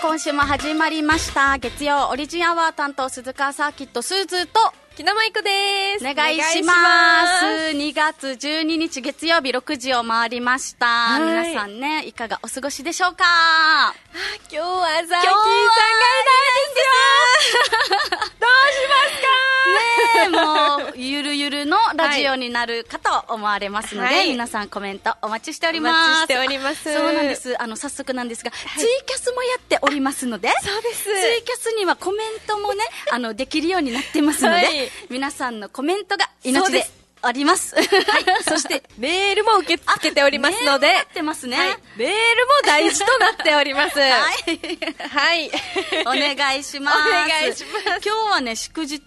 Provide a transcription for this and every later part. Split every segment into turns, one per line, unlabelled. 今週も始まりました月曜オリジンアワー担当鈴川サーキットスーズーと
木名舞子です。
お願いします2月12日月曜日6時を回りました、
はい
皆さんねいかがお過ごしでしょうか
今日はザーキーさんがいないん
今日は
です よ。どうしますか。
ねえもうゆるゆるのラジオになるかと思われますので、
はい
皆さんコメントお待ちしており
お
ます
待ちしております。
そうなんで。すあの早速なんですが、ツイキャスもやっておりますので
そうです
ツイキャスにはコメントもねあのできるようになってますので、
はい
皆さんのコメントが
そ
命
うで
ですあります、はい、
そしてメールも受け付けておりますので、
やってますね、
はいメールも大事となっております。
は
はいい。
お願いします
お願いします
今日はね祝日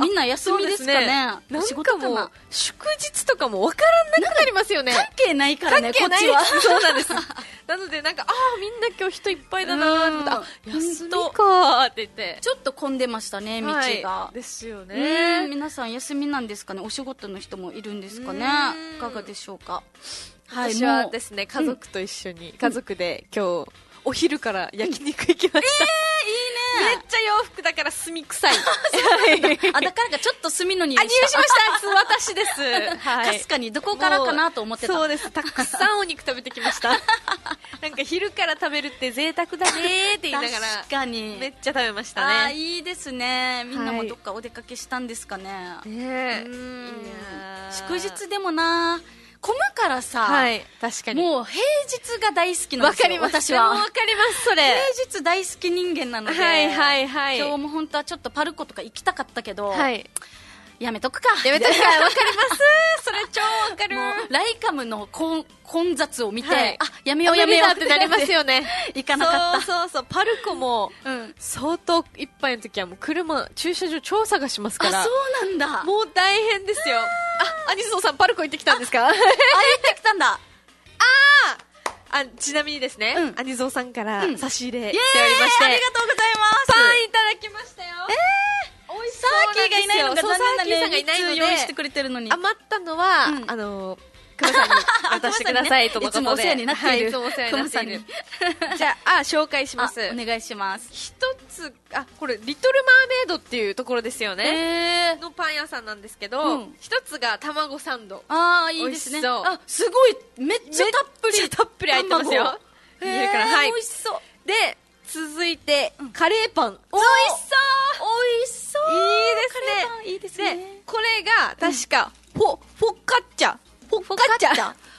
みんな休みですかね
な
お
ん
仕
か
事か
もう
な
祝日とかもわからなくなりますよね。
関係ないからねこ
関
っ
係ない
ちは
そうなんです。なのでなんかああみんな今日人いっぱいだなーって思ってあ
うん
休みかーって言って。
ちょっと混んでましたね道が、
はいですよ
ね、
ね。
皆さん休みなんですかねお仕事の人もいるんですかね
うん
いかがでしょうかはい
私は
もう
ですね家族と一緒に家族で今日お昼から焼肉行きました。えーいいね。めっちゃ洋服だから炭臭い。 はい
あだからかちょっと炭の匂い
あ
し
入
た
手しました。私です。
あ
は
かすかにどこからかなと思ってた
もうそうですたくさんお肉食べてき ましたなんか昼から食べるって贅沢だねーって言いながら
確かに
めっちゃ食べました
あー
ね
いいですねみんな
は
も
い
どっかお出かけしたんですかね、
ね
う
え
ん
いやー
祝日でもな混むからさ、
はい確かに
もう平日が大好きなん
わ
です
か
よ
ります
私
でもわ
は
かりますそれ
平日大好き人間なので、
はいはいはい
今日も本当はちょっとパルコとか行きたかったけど、
はい
やめとくか
やめとくかわかりますそれ超わかる
もうライカムの混混雑を見て、
はい
あやめようやめようってな
なり
り
ま
ますすよ
よね
行かなかった
そうそうそうパルコも
うん
相当いっぱいの時はもう車駐車場調査がします
あそ
か
う
ら
なんだもう
もう大変ですよあアニソンさんパルコ行ってきたんですか
会えてきたんだ
あちなみにですね、
うん
アニゾーさんから
うん
差し入れ
イ
し
エ
て
ーイ
おりまして、
ありがとうございます
パンいただきましたよえー、美味し
サ
そう
ーキーがいないのが残念だね
そうサーキーさんがいないの
三つ
で
用意してくれてるのに
余ったのは、
うん
あの 熊さんに渡してくださいとのことで
いつもお世話になっている
はい、いつもお世話になっている
熊
じゃああ紹介します
あお願いします
一つあこれ「リトル・マーメイド」っていうところですよね、
えー、
のパン屋さんなんですけ
う
ど
ん
一、つが卵サンド
あーいいですね
美味しそう
あすごいめっちゃたっぷり
めっちゃたっぷり入ってますよ
卵
見
へ
え
え
るからはい
美味しそう
で続いて、カレーパン
美味しそう美味しそう
い
いいです
で
ねいいですね
これが確かフォフォッカッチャフォッカッチャ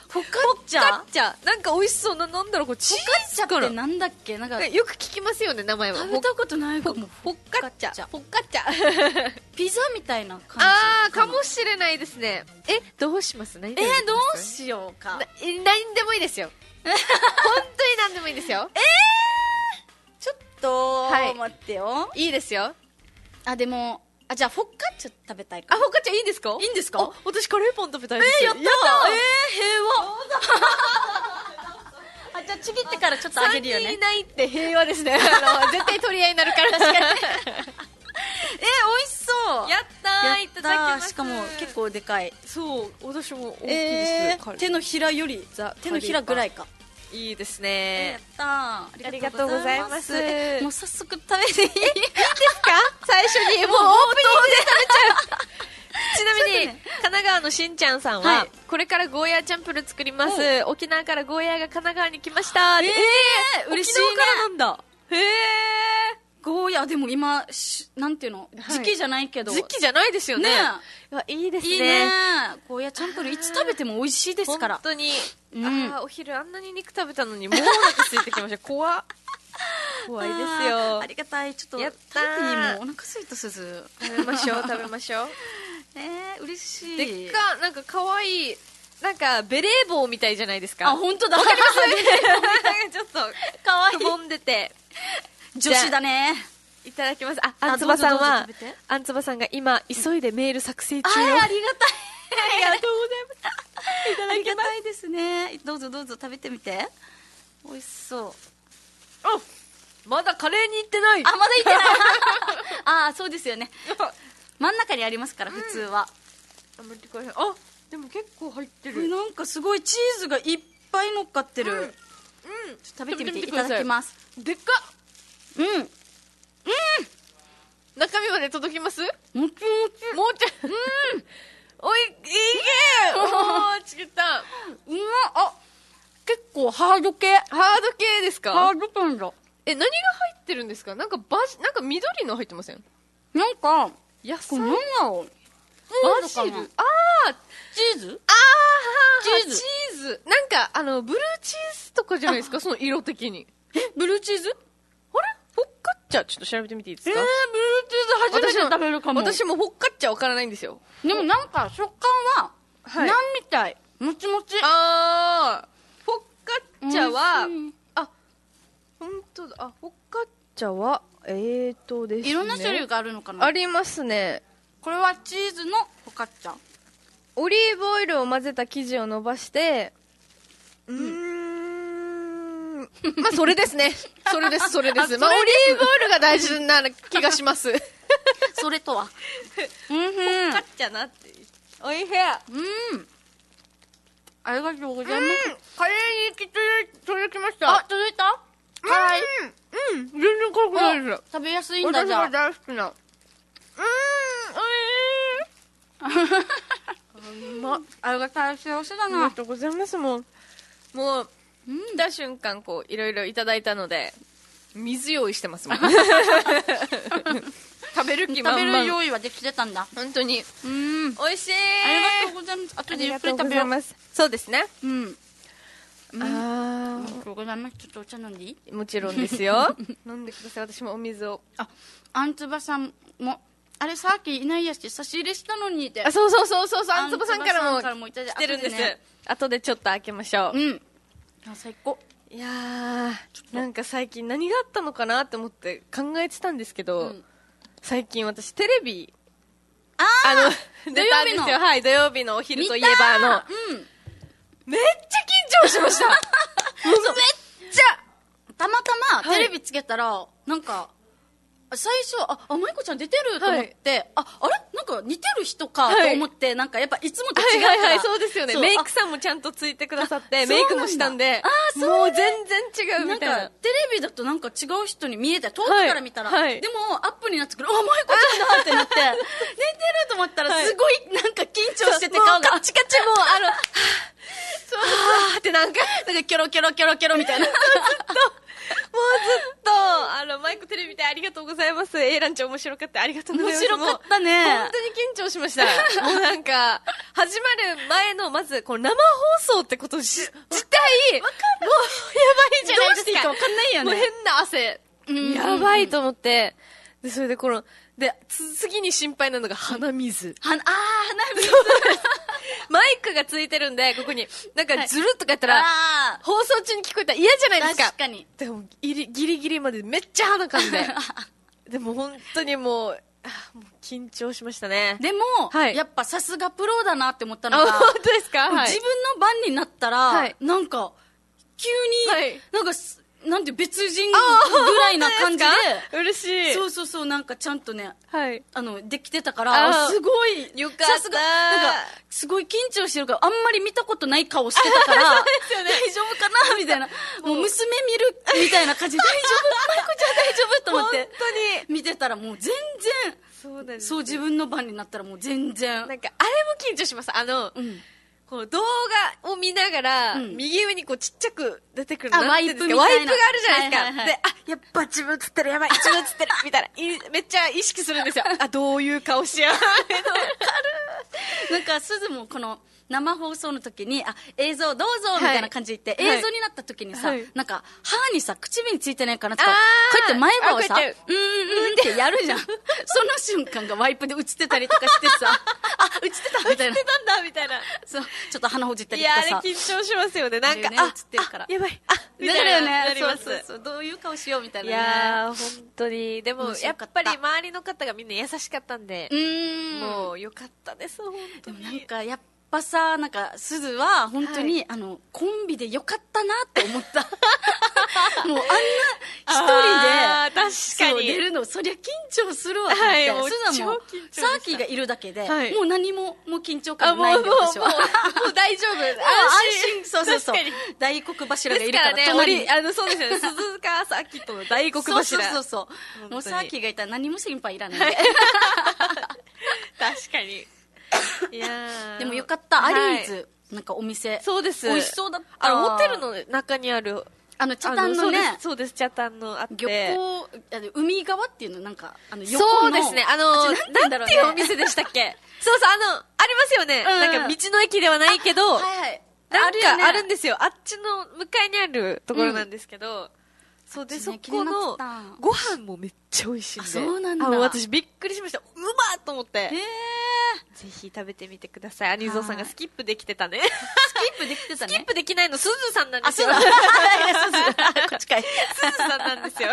フォッ
フォカッチャ
カッチャなんか美味しそうななんだろうこれチ
フォカッチ
ーズ
ャ
か
っ
な
てなんだっけなんか
よく聞きますよね名前は
食べたことないかも
フォッカッチ
フォッカッチャ
ャフォッカッチャ
ピザみたいな感じ
あーかもしれないですねえどうします何
え
々
ー、どう
し
しようか
なえ何でもいいですよ本当に何でもいいです よ
ちょっと、
はい
待ってよ
いいですよ
あでもあじゃあフォッカッチャ食べたいか
あフォッカッチャいいんですか
いいんですか
あ私カレーパン食べたい
え
です
ー、やったー
ー
えー、平和 あじゃあちぎってからちょっとあげ
3
るよ
人い
ね
ないって平和 ですねあの絶対取り合いにな るから確かに
えー、美味しそう
やったー
や
いただきます
しかも結構でかい
そう私も大きいです、
えー、
手
手
の
のひらよりザ手のひらぐらいか
いいです
や
ね
ったー
ありがとうございます
ありがとうございますえもう早速食べていい
ですか最初にもうオープニングで食べちゃうちなみ に、
ちょっとね
神奈川のしんちゃんさんは、
はい
これからゴーヤーチャンプルー作ります沖縄からゴーヤーが神奈川に来ました
えー
え
嬉しいね
沖縄からなんだへえ
ゴーヤでも今しなんていうの、
はい
時期じゃないけど
時期じゃないですよね
ね
うわいいですね
いいねゴーヤチャンプルーいつ食べても美味しいですから
本当に、
うん
あーお昼あんなに肉食べたのにもうお腹空いてきました怖っ怖いです
あー
よ
ありがたいちょっと
や
食
っ
べ
た
てい
ー
いもんお腹すいたすず
食べ ましょう食べましょう
えー、嬉しい
でっかなんか可愛いなんかベレー帽みたいじゃないですか
あ本当だわかります
ちょっと
かわい
くぼんでて
い女子だね
いただきますあ
あ
あんつばさん
ど
は
うぞどうぞ食べて
あんつばさんが今急いでメール作成
あ
中
ーありがたい
がとうございますいた
あ
だ
り
き
が
ます
たいですねどうぞどうぞ食べてみて美味しそう
あまだカレーに行ってない
あまだいってない あーそうですよね真ん中にありますから普通は、
あ待ってくださいあでも結構入って
これ
る
なんかすごいチーズがいっぱい乗っかってる、
うん
食べてみてい
食べてみてく
た
ださい
だきます
でっか
うん。
中身まで届きますも
もちもち。
うちょい、うんおい、いけおー、ちぎった。
うまっあ、結構ハード系。
ハード系です
ハ
か
ードパンだ。
え、何が入ってるんですかなんかバジ、なんか緑の入ってません
なんか、
野
こ
菜
れ何だろう。
バジ
チ
ル
ーズかな
あー
チーズ
あ
チ
ー
ーズ
チーズなんかあのブルーチーズとかじゃないですかその色的に
え、ブルーチーズ
あれフォッカッチャちょっと調べてみていいで
え
す
ー、ブ
か
ルーチーズ初めて食べるかも。
私もフォッカッチャわからないんですよ
でもなんか食感は、
はい
なんみたい。もちもち。
ああフォッカッチャは
美味しい
あ本当だあフォッカッチャはえーとですね
いろんな種類があるのかな
あ。りますね
これはチーズのフォカッチャ。
オリーブオイルを混ぜた生地を伸ばしてうーんまあそれですねそれですそれで
あそれ
すま あオリーブオイルが大事な気がします
それと は。うんふん。
っちゃなっておいしい
うん。ありがとうございます。
カレーにき届きまし
あ、届いた
はいうん全然辛くないです
食べやすいんだ
私
じゃ
が
あ。
大好きなうーんおいしい あうま
ありがたい幸せだ
ありが
な。
とうございますもんもう
うん。
来た瞬間こういろいろいただいたので水用意してますも ん食べる気
食べ
満
る
々
用意はできてたんだ。
本当に
うん。
美味しい
ありがとうございます。あとでゆっくり食べよう。
ますそうですね
うん。
あ
ありがとうございます。ちょっとお茶飲んでいい
もちろんです よ飲んでください私もお水を
あ、あんつばさんも、あれさっきいないやし、差し入れしたのにで
あ。そうそうそうそうそう
あ
あんつばさんからも
あんつばさんからもいただい
来
て
てるんです
後でね
後でちょっと開けましょう
うん。あ、最高。
いやーなんか最近何があったのかなって思って考えてたんですけど、
うん
最近私テレビ
あ
あの
ー
出たんです
土曜日
よ
の
はい土曜日のお昼といえばあの
うん。
めっちゃ緊張しましためっちゃ
たまたま
は
テ
い
レビつけたら、なんか最初ああ舞子ちゃん出てると思って、ああれなんか似てる人か
はい
と思って、なんかやっぱいつもと
は
違う
い
から、
はいはいそうですよね
そう
メイクさんもちゃんとついてくださって
あそうなん
メイ
だ
クもしたんで
あーそう
もう全然違う
なん
みたいな
かテレビだとなんか違う人に見えて遠くから見たら、
はいはい
でもアップになってくるあ舞子ちゃんだってなって似 てると思ったら
はい
すごいなんか緊張してて
もう
顔が
カチカチもうあのはーってなんか
なんかキョロキョロキョロキョロみた いな
もうずっと、あの、マイクテレビでありがとうございます。えいランちゃん面白かった。ありがとうござい
面
ます。
白かっ
も
た
う
ね
本当に緊張しました。 もうなんか、始まる前の、まず、この生放送ってことし自体、もう、やばいじゃない
ど
ですか。
うしていいか分かんないよね
もう変な汗。
うん
やばいと思って。で、それでこの、で、つ次に心配なのが鼻水。
はあー花火
マイクがついてるんで、ここに、なんかズルっとかやったら、
あ
放送中に聞こえたら嫌じゃないです
ー
か。
確かに
でもギリギリギリまでめっちゃ鼻か んででも本当にもうあもう緊張しましたね
でも、
はい
やっぱさすがプロだなって思った
あ
のが
本当ですか、はい、
自分の番になったら、
はい
なんか、急に、
はい
なんかす、なんて別人ぐらいな感じで
本当ですか嬉しい
そうそうそう、なんかちゃんとね、
はい
あの、できてたから、
あー
すごい、
よかった
さすが、なんか、すごい緊張してるから、あんまり見たことない顔してた から、大丈夫かなみたいな。もう娘見る、みたいな感じ で、大丈夫マイコちゃん大丈夫と思
本
っ
当に
て、見てたらもう全
そうなんで
然、
す
そう自分の番になったらもう全然
な。んかあれも緊張しますあの、
うん
こう動画を見ながら、
うん
右上にこうちっちゃく出てくる
あ
なんていうんですか
ワ
ワ
イ
イ
プみ
プ
たい
が
な
あるじゃないですか、
はいはいはい
であやっぱ自分映ってるやばい自分映ってるみた いないめっちゃ意識するんですよあどういう顔しや
なんかすずもこの生放送の時にあ映像どうぞみたいな感じで言って、
はい
映像になった時にさ、
はい
なんか歯にさ唇についてないかなとか
あ
こ
ー
うやって前歯をさ
あ
う
こう
ーん
や
う
っ
ん
て
うんってやるじゃ んその瞬間がワイプで映ってたりとかしてさあ映ってたみたいな
てたんだみたいな
そうちょっと鼻ほじった
い
りと
や
か
あれ
さ
緊張しますよねなんか、
ね
あ
映ってるから
あやばいあみ
だ
たい
よ
なな
ね
り
そ
ま
う
す
そうそうどういう顔しようみたい
い
なね
やー本当にでも
面
や
白
っ
かった
ぱり周りの方がみんな優しかったんで
う、ーん
もうよかったです本当
でも
に
なんかやっぱさなんかすずは本当に、あのコンビでよかったなっ て思ったもうあんな一人で
あー確か
そう出
に
るのそそりゃ緊張するわと思っ
は
て、
いもう
それはもう
超緊張でした
サーキーがいるだけで、
はい
もう何ももう緊張
あ
感
もう
ない
も
ん
う
で
もう
私は
もう大丈夫安
安心そうそうそう
確かに
大黒柱がい
です
る
か
からら
ね
隣に
俺あのそうですよね鈴鹿サーキットの大黒柱
そうそうそうそう
本当に
もうサーキーがいたら何も心配いらないんで、
確かにいやー
でもよかったア
は
リ
い
ーズ、なんかお店
そうです
美味しそうだった
あのホテルの中にある
あの茶炭のね
あそうですそうです茶炭のあって
漁港あの海側っていうのなんかあの横の
そうですねあの
あちょなんて言うんだろうん
な
ね
ていうお店でしたっけそうそうあのありますよね、
うんうん
なんか道の駅ではないけど
はいはい
なん
よね
かあるんですよあっちの向かいにあるところなんですけど、そうで
あっち
そ
ね
この
気になってた
ご飯もめっちゃ美味しいんで
あそうなんだ
あも私びっくりしましたうまっと思って、
えー
ぜひ食べてみてくださいアニゾーさんがスキップできてたね
スキップできてた
スキッ
ね
プできないのすずさんなんですよ
あ
す
そう
ず
だこっちかい
さんなん ですよ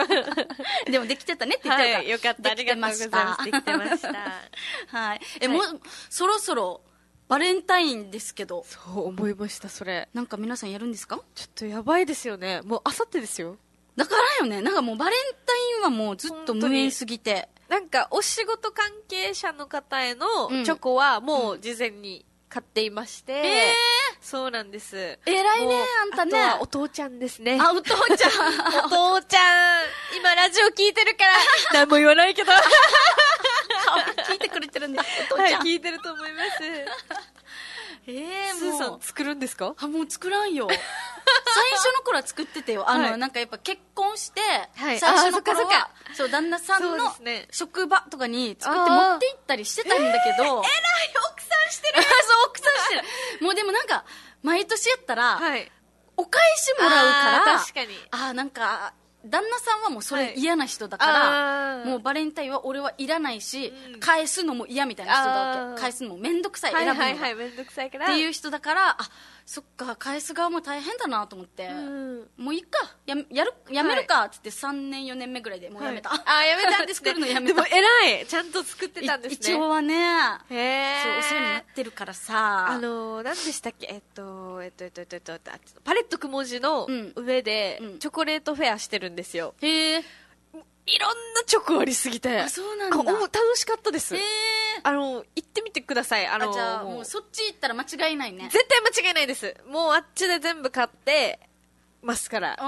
でもできてたね って言ってるか
は
ら
いよかったあ
で
り
きて
がとうご
ま
ざ
し
い
た
ますできてました
はいえ、
はい
もうそろそろバレンタインですけど
そう思いましたそれ
なんか皆さんやるんですか
ちょっとやばいですよねもうあさってですよ
だからよねなんかもうバレンタインはもうずっと無縁すぎて
なんかお仕事関係者の方への
うん
チョコはもう事前に買っていまして、
え
そうなんです
え偉いね
もう
あんたね
あとはお父ちゃんですね
あお父 ちゃん
お父ちゃん今ラジオ聞い てるから何も言わないけどは
聞いてくれてるんだお父
い
ちゃん、
聞いてると思います
え
スー
も
さん作るんですか
あもう作らん よ最初の頃は作っててよあの、
はい
なんかやっぱ結婚して、
はい
最初の頃
あーそっか
はそう旦那さんの
そうですね
職場とかに作って
あー
持って行ったりしてたんだけど、
奥さんしてる
そう奥さんしてるもうでもなんか毎年やったら、
はい
お返しもらうから
あー確かに
あーなんか旦那さんはもうそ
は
れ
い
嫌な人だから、
あー
もうバレンタインは俺はいらないし、
うん
返すのも嫌みたいな人だわ
あー
け返すのも面倒くさい、
はい
選ぶの
は
が
いはいめんどくさいから、
っていうう人だからあそっか返す側も大変だなと思って、
ん、
もういっかやめやるやめるかっつって3年4年目ぐらいでもうやめた、
はい あやめたんですね
作るのやめた
でも偉いちゃんと作ってたんですね
い一応はねそ
へ
う
え
お世話になってるからさ
あのー、何でしたっけえっとえっとえっとえっとえっとあっちのパレットくも字の
うん
上で、
うん
チョコレートフェアしてるんですよ
へえ
いろんなチョコありすぎて
あそうなんだ
こお楽しかったです
へえ
あのー行ってみてくださいあ
あ
のー
じゃあも
もう
うそっち行ったら間違いないね
絶対間違いないですもうあっちで全部買ってますから
うん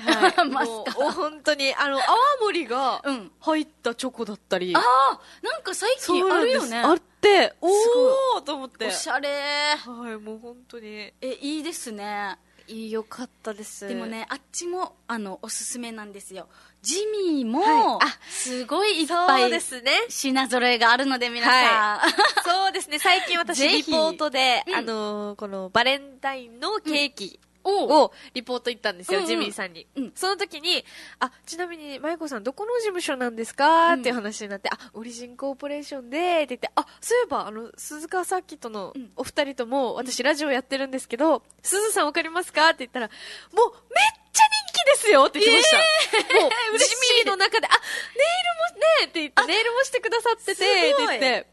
マ
も
スカ
う本当にあの泡盛が
うん
入ったチョコだったり、
ああなんか最近
そうな
あ
ん
る
です
よね
あってお
ご
おと思って
おしゃれ
はいもう本当に
えいいですね
いいよかったです
でもねあっちもあのおすすめなんですよジミー
は
も
いあ
すごいいっぱ
そう
い
ですね
品揃えがあるので皆さん、
そうですね最近私
ぜひ
リポートで、
うん
あのーこのバレンタインのケーキ
おう
をリポート行ったんですよ、
うんうん
ジミーさんに、
うん
その時にあちなみに舞子さんどこの事務所なんですかっていう話になって、あオリジンコーポレーションでって言ってあそういえばあの鈴川サーキットの
うん
お二人とも私ラジオやってるんですけど鈴さんわかりますかって言ったらもうめっちゃ人気ですよって言ってました、もうジ
嬉しい
ミーの中であネイルもねって言ってネイルもしてくださっててって
すごい
言って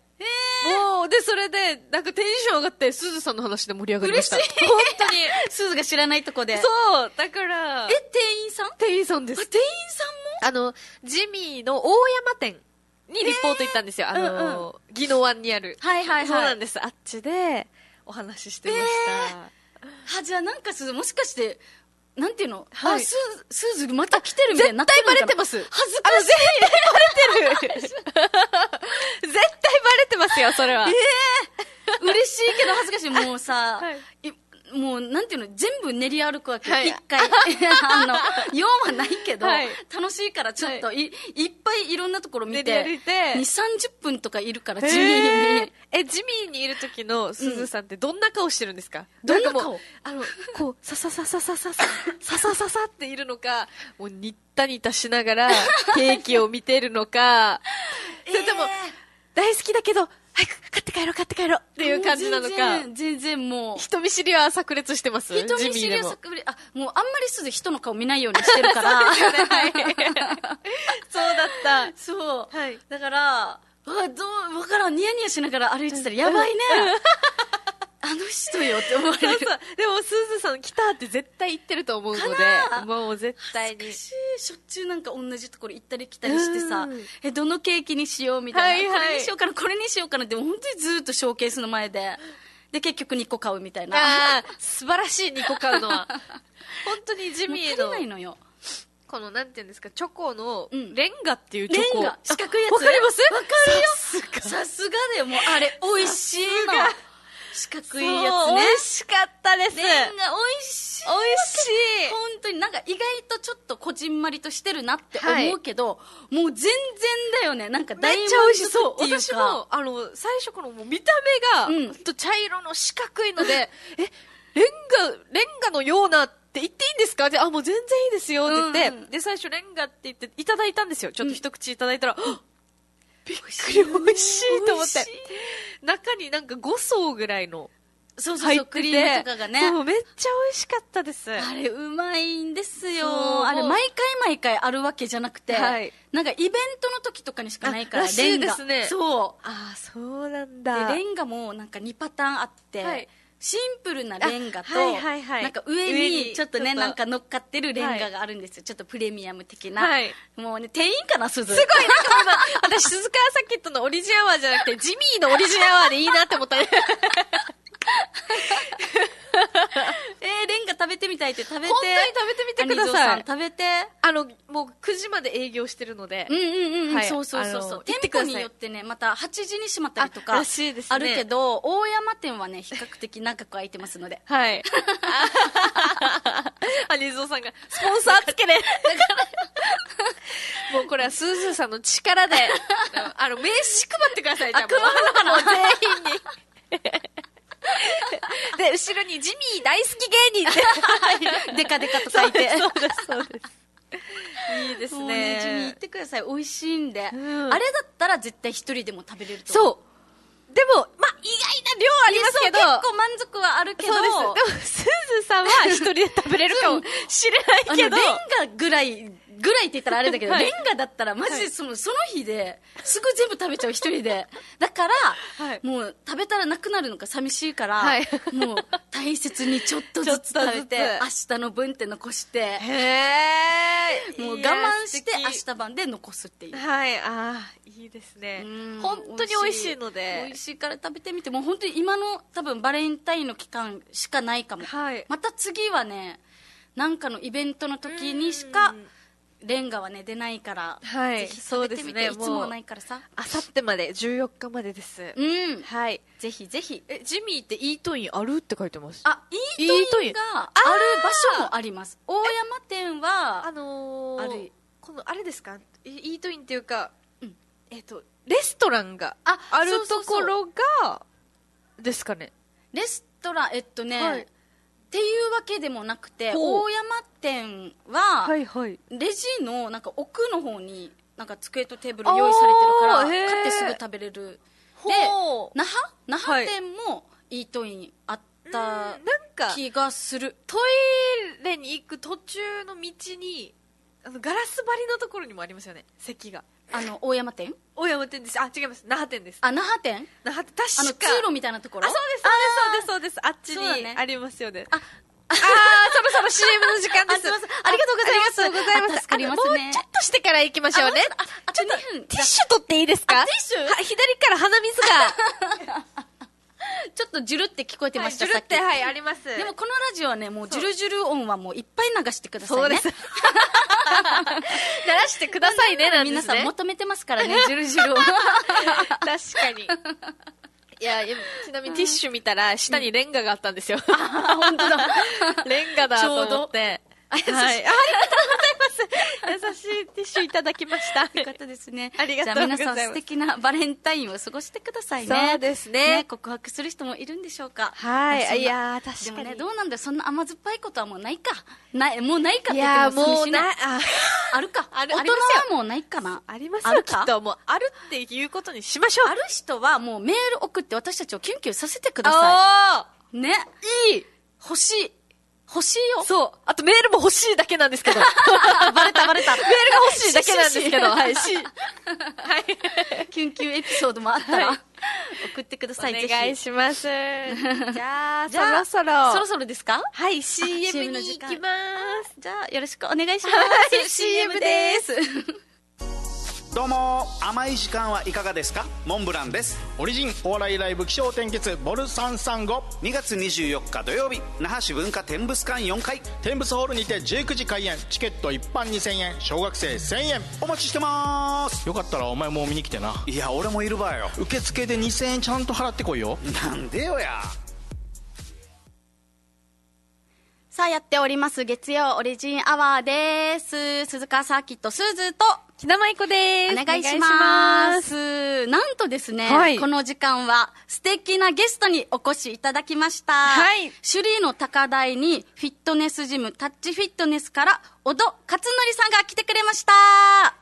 もうでそれでなんかテンション上がって鈴さんの話で盛り上がりました
嬉しい
本当に
すずが知らないとこで
そう、だから。
え店員さん
店員さんで
店員
す。
さ
あの、ジミーの大山店にリポート行ったんですよ。あの、宜野湾にある。
はいはいはい
そうなんです。あっちで、お話ししてました。
んもあじゃあなんかすずもしかしてなんていうの、
はい
あすすずまた来てるみたいにな
絶
って
対
るのか
バ
な
レてます。
恥ず
あ
か
の
しい
絶対バレてる 絶対バレてますよ、それは。
嬉しいけど恥ずかしいもう さ、
はい
いもうなんていうの全部練り歩くわけ、
はい
一 回あの用はないけど、
はい
楽しいからちょっとい,、い、っぱいいろんなところ見
練り歩
て
いて
2三3 0分とかいるから地味に、
えーえ、ジミーにいる時のすずさんってどんな顔してるんですか、
どんな
かもう
顔
あの、こう、さささささささ、ささささっているのか、もうニッタニタしながら、ケーキを見てるのか、 それとも、
えー
大好きだけど、早く買って帰ろう買って帰ろうっていう感じなの
もう
か
全、然全然もう
人見知りは炸裂してます
人見
ジ
知
ミ
り
ーで
を
も
さくりあもうあんまりすず人の顔見ないようにしてるから そう,、
はいそうだっはい
だからあどうわからんニヤニヤしながら歩いてたらやばいね あの人よって思わ
た。
れ
そう
る
そう。でも、すずさん来たって絶対言ってると思うので、もう絶対に。
恥ずかしいしょっちゅうなんか同じところ行ったり来たりしてさ
うん
えどのケーキにしようみたいな、
はいはい
これにしようかなこれにしようかなってもう本当にずーっとショーケースの前でで結局2個買うみたいな
あー素晴らしい2個買うの は本当にジ
もう
ミ
足
ー
り
の
ないのよ
このなんていうんですかチョコの
うん
レンガっていうチ
レ
ョコ
ンガ四角いやつ
わかります
わかるよさすがだよもうあれ美味しいの四角いやつ
そう
ね
美味しかったです
レ
美
ンガ美味しい
味しい
本当になんか意外とちょっとこじんまりとしてるなって思うけど、もう全然だよねなんか
めっ
大満
ちゃ美味し
足
そう
っていう
私
か
もあの最初このもう見た目
うん
が、ほんと茶色の四角いのでえレンガレンガのようなって言っていいんですかであもう全然いいですよって言って、
うんうん
で最初レンガって言っていただいたんですよちょっと一口いただいたら、
びっく
美味しいと思って
美味し
中になんか5層ぐらいの
いそうそう
入っ
そ
て
う
て
クリームとかがね
そうめっちゃ美味しかったです
あれうまいんです
そう
よあれ毎回毎回あるわけじゃなくて、
はい
なんかイベントの時とかにしかないから
あらしいですね
レンガそう
ああそうな
で
んだ
レンガもなんか2パターンあって、
はい
シンプルなレンガと、
あはいはいはい
なんか上
上
に
に
ちょっとね
ちょっと
なんか乗っかってるレンガがあるんですよ、ちょっとプレミアム的な、
はい
もうね店員かな鈴
すごい、なんか 今、私、鈴川サーキットのオリジンアワーじゃな くて、ジミーのオリジンア ワーでいいなって思ったね。
えー、レンガ食べてみたいって食べて
本当に食べてみてくだ
ア
さ
ニ
い
ゾ。さん食べて
あの、もう9時まで営業してるので。
うんうんうん、
はい
そうそうそう
あ
そう
の行って
店
くだ
舗
さい
によってねまた8時に閉まったりとから
しいですね。
あるけ。ど、大山店はね比較的長く空いてますので
はい。アニゾーさんが、スポンサーつけれ。もうこれはスーズーさんの力で、あの、名刺配ってください、じゃあもう。
のかな
全員に。で、後ろにジミー大好き芸人って。
デカデカと書いて
そうです、そうです。いいで
もうねうちに行ってください美味しいんで、
うん
あれだったら絶対一人でも食べれると思う
そう。でも、まあ、意外な量ありますけど。
そう結構満足はあるけど
そうです。でも、すずさんは一人で食べれるかもしれな
あの
いけど。
レンガぐらいぐらいって言ったらあれだけど、
はい
レンガだったらマジでその,、その日ですぐ全部食べちゃう一人 でだから、
はい
もう食べたらなくなるのが寂しいから、
はい
もう大切にちょっとずつ
ちょっと
食
ずつ
べて明日の分って残して
へえ。
もう我慢して
いや
明。日晩で残すっていう
素敵はい、ああ、いいですね
うん。
本当に美味しいの
美
で
味。しいから食べてみてもう本当に今の多分バレンタインの期間しかないかも、
はい
また次はねなんかのイベントの時にしか
うん
レンガはね出ないから、
は
ぜ
い
ひ食べてみて、
そう
い
ですね
つも
も
は
う
ないからさ
あさってまで、14日までです。
うん
はい。
ぜひぜひ
え、ジミーってイートインあるって書いてます。
あイートインがある場所もあります大山店は
あのー、
ある
このあれですかイイートインっていうか、
うん
えっ、とレストランが
あ
ある
そうそう
と
そう
ころがですかね
レストランえっとね、
はい
っていうわけでもなくて
ほう
大山店は、
いはい
レジのなんか奥の方になんか机とテーブル用意されてるから
あーへー
買ってすぐ食べれるで
ほう
那覇那
は
覇
い
店もイートインあっ
な
た
んか
気がする、
トイレに行く途中の道にあのガラス張りのところにもありますよね席が
あの大山店
大山店ですあ違います那覇店です
あ那覇店
那覇店
あの
確
通
か
路みたいなところ
あそうですそうですそうです
そう
あっ
だ
ちに
ね
ありますよね
あ
あーそろそろ CM の時間です
あすいませんありがとうございます
ありがとうございます
あ助かりますね
あのもうちょっとしてから行きましょうね
ああと2分
ティッシュ取っていいですか
あティッシュ
は左から鼻水が
ちょっとジュルって聞こえてました、
はいジュルって
さっき
はいあります
でもこのラジオはねもうジュルジュル音はもういっぱい流してくださいね
そうです 鳴らしてくださいねなんですね
皆さん求めてますからねジュルジュル音
確かにいやいやちなみにティッシュ見たら下にレンガがあったんですよ、
本 当だ
レンガだと思って
ちょうど
はい、ありがとうございます優しいティッシュいただきました
よかったですね。
ありがとうございます
じゃあ皆さん素敵なバレンタインを過ごしてくださいね。
そうですね
告白する人もいるんでしょうか。
はい
まあそんない
やー確かに
でもね、どうなんだよ。そんな甘酸っぱいことはもうないか。ない、もうないかっ
い
て言っ
や
ても
も
寂
う
しい
な
な。
あ
あるか。
ある
大
あり
人
ますよ
はもうないかな。
あります
ある
よき
か
っともうあるっていうことにしましょ う
ある人はもうメール送って私たちをキュンキュンさせてくださ
あ
い。ね。
ーいい
欲しい。欲しいよ。
そう。あとメールも欲しいだけなんですけど。 バレたバレた。メールが 欲しいだけなんですけど。はい、し。はい。
キュンキュンエピソードもあったら。送ってくだ
お
さい、ぜ
願い
ひ。
します。 じゃあ、
じゃあ
そろそろ。
そろそろですか
はい CM
CM
に
の
行
時間
きます。
じゃあ、よろしくお願いしま
はい
す。
CM です。
どうも甘い時間はいかがですかモンブランです
オリジンお笑いライブ気象転結ボル335
2月24日土曜日那覇市文化天物館4階
天物ホールにて19時開演チケット一般2000円小学生1000円
お待ちしてます
よかったらお前も見に来てない
や俺もいるばよ
受付で2000円ちゃんと払ってこいよ
なんでよや
さあ、やっております。月曜オリジンアワーです。鈴鹿サーキット、スーズーと、
ひなまいこで
お
す。
願いし
お願
ま。
いします
なんとですね、
はい
この時間は素敵なゲストにお越しいただきました。
はい
首里の高台にフィットネスジムタッチフィットネスから小戸勝則さんが来てくれました。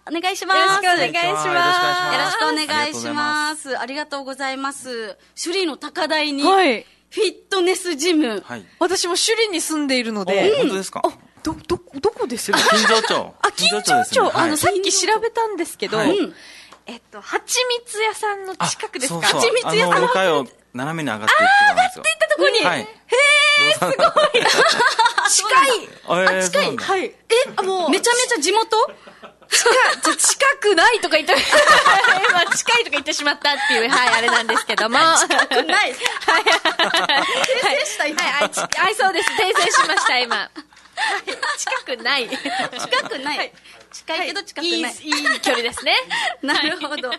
お願いします。
よろしくお願いします。
よろしくお願いします。す。ありがとうございます。首里の高台に、
はい。
フィットネスジム。
はい。
私も首里に住んでいるの
お
で。
本当ですか。
ど、ど、どこです
でも金城町。
あ、金城町、あの、さっき調べたんですけど、
はい
うん
えっと、蜂蜜屋さんの近くですか
そう
蜂
そう
蜜
あ
屋さ
の
んの
向かいを斜めに上がっていってたんですよ。
とこに、
はい。へえ、すごい。
近い
あ
近い
はい。 え、あもう、
めちゃめちゃ地元
近い、じゃ近くないとか 言って、今、近いとか言ってしまったっていう、はい、あれなんですけども。近くない。はい。訂正した、今。はい、あちはい、そうです。訂正しました、今。はい近くない。
近くない。近いけど近くない。
いい、いい距離ですね。
なるほど。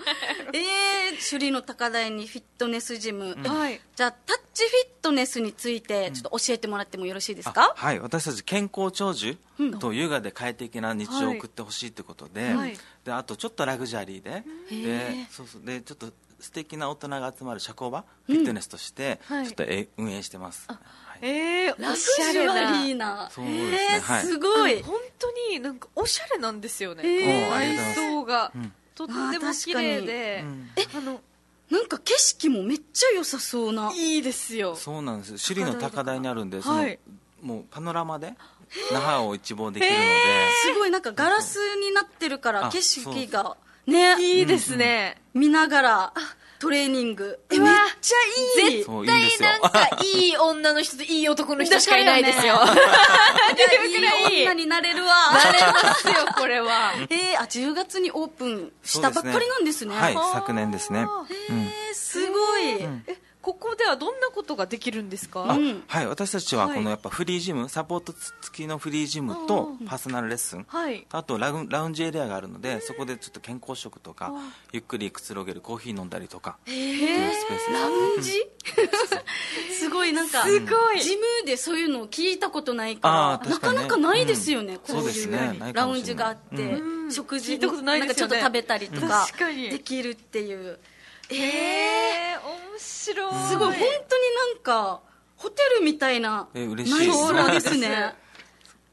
えー、首里の高台にフィットネスジム。
はい。
じゃあ、タッチフィットネスについて、ちょっと教えてもらってもよろしいですか、
はい、私たち健康長寿と優雅で快適な日常を送ってほしいということで,、
はい
であとちょっとラグジュアリーででそうそうでちょっと素敵な大人が集まる社交場、フィットネスとして、
はい
ちょっとえ運営してます、はい、
えー、
ラ
お
グ
し
ジ
ゃれ
ュ
な。
アリーな。
そうですね
えー
はい
すごい。
本当になんかおしゃれなんですよね、
へ
ーおーありが
内
と
装が、と
あ
って
ー確
も
かに
綺麗で、
うん
あの
なんか景色もめっちゃ良さそうな。
いいですよ
そうなんです首里の高台にあるんで、その
はい
もうパノラマで那覇を一望できるので、
すごい、なんかガラスになってるから、
あ
景色が、ね、
いいですね、
見ながら、トレーニング。え、
う
めっ
わ
ちゃいい。
そういいんで
絶
す
対
よ
なんかいい女の人といい男の人しかいないですよ
だ
なれ
いい
いい
女になれるわ。
ますよこれは
えー、あ10月にオープンしたばっかりなんですね。
はい
あー
昨年ですね
えー、すごい。
えここではどんなことができるんですか、
あ
うん
はい私たちは
はい
このやっぱフリージムサポート付きのフリージムと
う
パーソナルレッスン
はい
あとラウンラウンジエリアがあるのでそこでちょっと健康食とかゆっくりくつろげるコーヒー飲んだりとかっていうスペースです
ラウンジ すごいなんか、
すごい
ジムでそういうのを聞いたことない
あ
か
ー
ら、なか
確かにね
なかないですよね、こう
そうです
い
ねな
う
い
ラ
かも
ウ
しれない
ンジがあって、
ん
食事
聞いたことないですよね
んかちょっと食べたりとか
確かに
できるっていう。えー、
えー、面白い
すごい、本当になんか、ホテルみたいな
え
内
嬉しい
装です
そうなん
ね
で。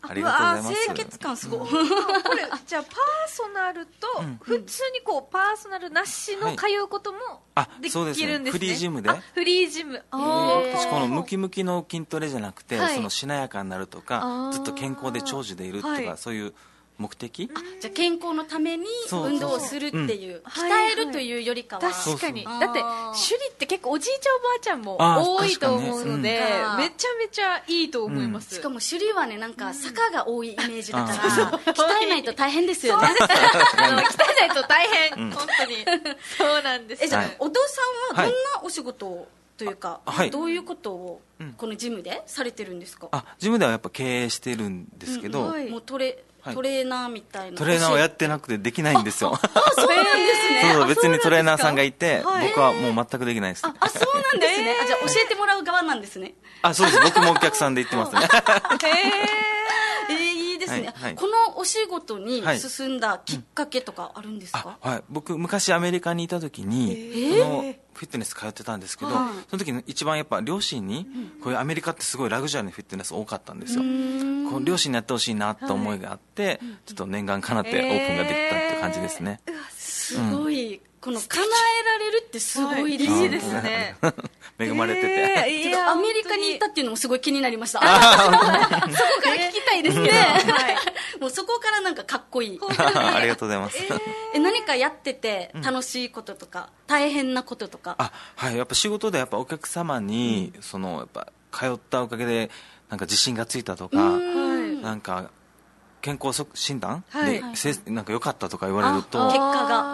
ありがとうございま
わ
す
ー清潔感すごい。
これじゃあパーソナルと
ん
普通にこうパーソナルなしの通うことも
あ
でき
そうですね
るんですね
フリージムで
あフリージム
私このムキムキの筋トレじゃなくて、
はい
そのしなやかになると
あー
かずっと健康で長寿でいるとか、
はい
そういう目的
じゃあ健康のために
そう
運動をするっていう、
そうそう
鍛えるというよりかは、
確かに
そうそう
だって
あー
首里って結構おじいちゃんおばあちゃんも
あー
多いと思うので、
確かにねうん
めちゃめちゃいいと思います、
しかも首里はねなんか坂が多いイメージだから、
うん
鍛えないと大変ですよね
あの鍛えないと大変、本当にそうなんです
えじゃあ、
はい
お父さんはどんなお仕事をというか、
あはい
どういうことを
うん
このジムでされてるんですか、
あジムではやっぱ経営してるんですけ
う
ど、
んはい
もうトレ
はい
トレーナーみたいな、
トレーナーをや
て
ってなくてできないんですよ
そうなんですね、
そうそう別にトレーナーさんがいて、
はい
僕はもう全くできないです
あそうなんですね、あじゃあ教えてもらう側なんですね
あそうです僕もお客さん で行ってますね
えー、いいですね、
はいはい
このお仕事に
はい
進んだきっかけとかあるんですか、
あはい僕昔アメリカにいた時に、
えー
このフィットネス通ってたんですけど、
はい
その時の一番やっぱ両親に、こういうアメリカってすごいラグジュアリーなフィットネス多かったんですよこう両親にやってほしいなって思いがあって、ちょっと念願かなってオープンができたって感じですね、
すごい、この叶えられるってすごいです
はい
ね、
いいですね
恵まれてて、
えー
て
い
か
や
アメリカに行った
本
っていうのもすごい気になりました。そこから聞きたいですね。
当にはい
もうそこからなんかかっここいい
ありがとうございます、
え何かやってて楽しいこととか、大変なこととか
あはいやっぱ仕事でやっぱお客様に、そのやっぱ通ったおかげでなんか自信がついたとか、なんか健康そ診断、
はい
でせなんか良かったとか言われると
結果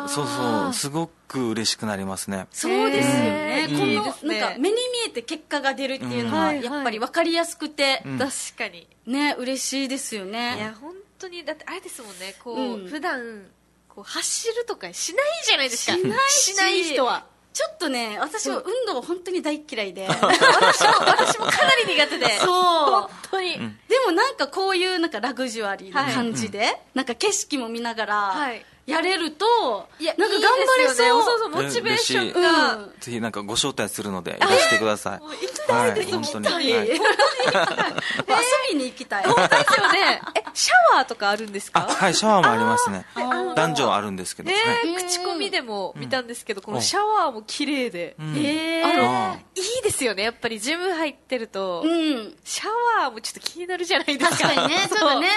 が
そうそうすごく嬉しくなりますね
そうですよね、
うん
この
いい
なん
ですね
か目に見えて結果が出るっていうの
うん
は
はいはい
やっぱり分かりやすくて、
ん
確かに。
ね嬉しいですよ
いや
ね
本当にだってあれですもんねこう、
うん
普段こう走るとかしないじゃないですかし
ないし
ない人は
ちょっとね私は
うん
運動は本当に大嫌い で
私も私もかなり苦手で
そう
本当に、
ん
でもなんかこういうなんかラグジュアリーな感じで、なんか景色も見ながら
はい
やれると、
いや
なんか頑張れ
いいですよねそ
そ
うそう
う。
モチベーション
う
が、
うん
ぜひなんかご招待するのでいらしてください、
もう行きたい
は
で
い
すもん
本
ね
当に、
はい
はい
遊びに行きたい。
ですよねえシャワーとかあるんです
あ
か
はいシャワーもありますね
あー
男女あるんですけど、
ね
はい
え、
はい
口コミでも見たんですけど、こ
う
の
ん
シャワーも綺麗で、
うん
え
あの
あ
いいですよねやっぱりジム入ってると、
うん。
シャワーもちょっと気になるじゃないですか
確かにね、
そ
そううだね。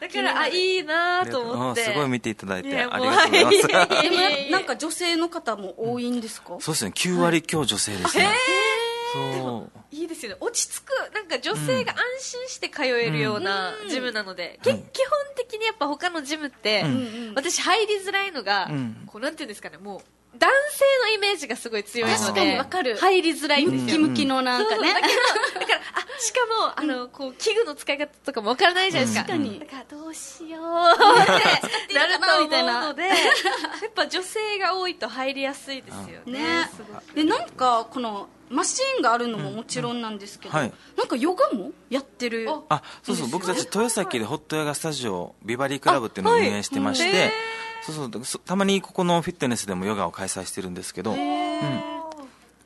だからあいいなと思って
うんすごい見ていただい
い
て
やもう
ありがとうございます、
はい
でもやなんか女性の方も多いんですか、
そうですね9割強女性ですね、そう
いいですよね落ち着くなんか女性が安心して通えるようなジムなので、け
はい
基本的にやっぱ他のジムって、
うん
うん
私入りづらいのが、
うん
こうなんていうんですかねもう男性のイメージがすごい強いの
確か
で
に
わかる
入りづらいんです
ムキ
よ、
ムキのなんかね
そうそうだ。 けどだからあしかもあのこう器具の使い方とかもわからないじゃないですか、
うん確かに
だからどうしようってなると思
みたいな
うの でやっぱ女性が多いと入りやすいですよね
ね。で、なんかこのマシーンがあるのももちろんなんですけど、
うんはい
なんかヨガもやってる。
あ
あそうそう僕たち豊崎でホットヨガスタジオビバリークラブっていうのを運営してまして、
あはいへー
そうそうだそたまにここのフィットネスでもヨガを開催してるんですけど、うん、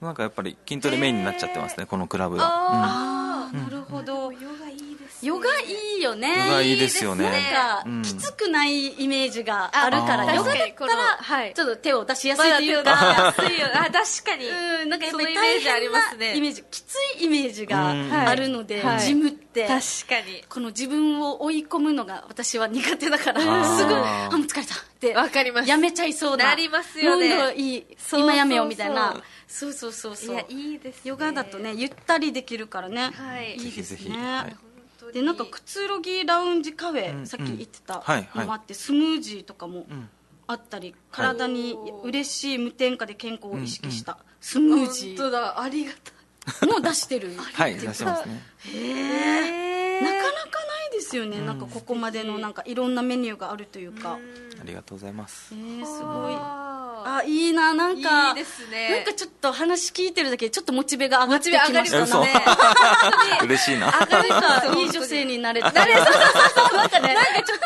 なんかやっぱり筋トレメインになっちゃってますねこのクラブは、
あ
なるほど。
ー、ヨガいいですね
ヨガいいよね。
ヨガいいですよね
なんか、
うん
きつくないイメージがあるから、
あ
ヨガだっ
確かにこの
た
は
ら、
い
ちょっと手を出しやす
ま
い
だ
とい
手を
う
出し
か、
やすいよ あ確かに
うん、なんかやっぱり
そのイメー
大
ジあり
変
ま
な
すね
イメージ、きついイメージが
うん
あるので、
はい
ジムって。
確かに
この自分を追い込むのが私は苦手だから、
あー
すぐ、あ、もう疲れたって。
わかります
やめちゃいそうだ。
なりますよね
もう運動いい。
そうそうそう
今やめようみたいな。そうそうそうそう。
いいですね
ヨガだとね、ゆったりできるからね。
はい
い
ぜ
い
ひ
です
ぜ
ね。
ひ、はい
本当に
でなんかくつろぎラウンジカフェ、
うん
さっき言ってた
はいはい
のもあって、スムージーとかも
ん
あったり、体に嬉しい無添加で健康を意識したスムージ
本当だありがたい
ーも出して る
はい出してますね
へえなかなかないですよね、なんかここまでのなんかいろんなメニューがあるというか、
ありがとうございます、
えーすごい
あ
あいいななんか
いいですね
なんかちょっと話聞いてるだけでちょっとモチベが上がってきま
上がりま
し
したた
ね
ね
嘘嬉しいな
上がる
そう
かいい女性になれてなれ
なんかねなんかちょっと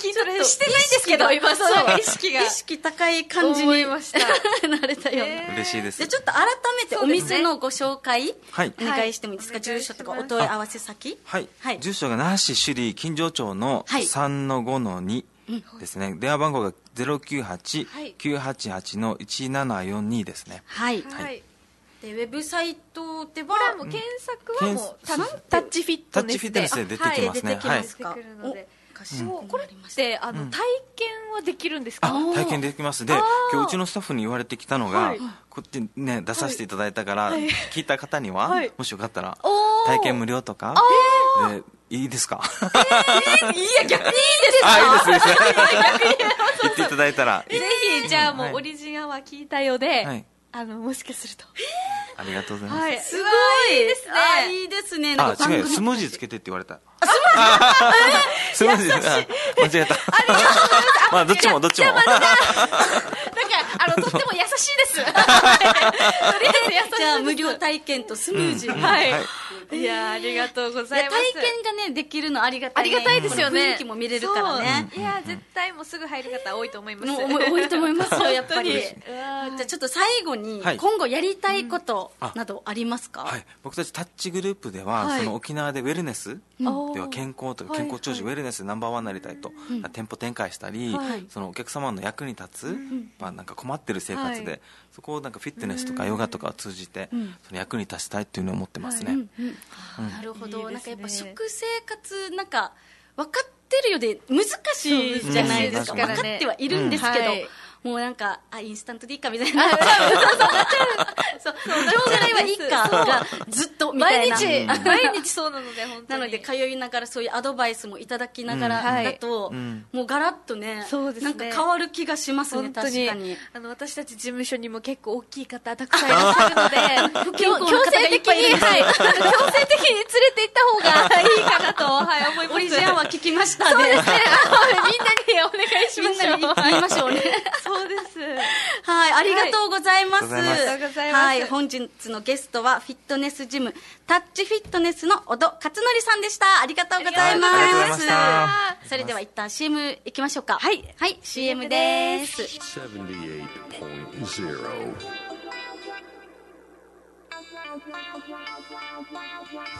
筋ト レしてないんですけど今そうなんか意識が
意識高い感じに
思いまし た
なれたような
えー
嬉しいです
じゃあちょっと改めてお店のご紹介、
はい
お願いしてもいいですか、
はい
住所とか
お
お
願いし
問い合わせ先
はい、
はい
住所が那覇市首里金城町の
はい
3の5の2ですね、電話番号が
はい
098988の1742ですね
はい
はい
でウェブサイトで
これはも
は
う検索はもう
検索
タッチフィット
タ
ネスで
ッチフィットネスで出てきますね、
はい出てきます
出てくるので
おかしこ
これってあの体験はできるんですか
あ体験できますで今日うちのスタッフに言われてきたのが、
はい
こっちにね出させていただいたから、聞いた方には、
はい
もしよかったら
おー
体験無料とかでいいですか、
いや逆にいいです
あいいですいいです 言っていただいたら
ぜひじゃあも
は
う
い
オリジナルは聞いたようで、
はい
あのもしかすると
ありがとうございます、
はいすご
いい
ですね
あいいですねなん
あ
か番
違う
組
よスムージーつけてって言われた スムージーあ間違えた まあどっちもどっちも
なんかあのとっても優しいです とりあえず優しい
じゃあ無料体験とスムージー、
は
はい
い、いやーありがとうご
い
ざい
や体
ます
験がねできるのありがた
あ
いね、
りがたいですよね
雰囲気も見れるからね
そういやー絶対もうすぐ入る方多いと思います
もう多い多いと思いますよやっぱり
嬉しいう
わーじゃあちょっと最後に、
はい
今後やりたいことなどありますか、
はい、僕たちタッチグループでは、
はい
その沖縄でウェルネスで
おー
は健康とか
はい
健康長寿ウェルネスナンバーワンになりたいと、店舗展開したり、
はい
そのお客様の役に立つ、まあ、なんか困ってる生活で、
はい
そこをなんかフィットネスとかヨガとかを通じて、その役に立ちたいっていうのを思ってますね、
なるほど
いい
な
ですね
んかやっぱ食生活なんか分かってるよで難しいじゃないですか
そう難しいで
分
すからね
かってはいるんですけど、
うんはい
もうなんかあインスタントでいいかみたいな そうそうそうぐらいはいいかがずっとみたい
毎
な
日、毎日そうなので、本当
な
に。
ので通いながらそういうアドバイスもいただきながら
うんはい
だと、
うん
もうガラッとね
そうです
な
ね
んか変わる気がしますね
本当
確
に
かに。
あの私たち事務所にも結構大きい方たくさんいらっしゃるので強
不健康な方
制
いっ
的
ぱいいる
に、はい、強制的に連れて行った方がいいかなと、はい、思います
オ リジアンは聞きました
そう
ね
ですねあみんなにお願いし
み
ま
ん
しょ
な
う
に言いましょうね。
そうです
はい、ありがとうございます。
はいあり
がとうございます
はい、本日のゲストはフィットネスジムタッチフィットネスの小戸勝則さんでした。ありがとうございま
ありがとうご
す。
ざいま
それでは一旦 CM 行きましょうか。はい、はい、CM です。
78.0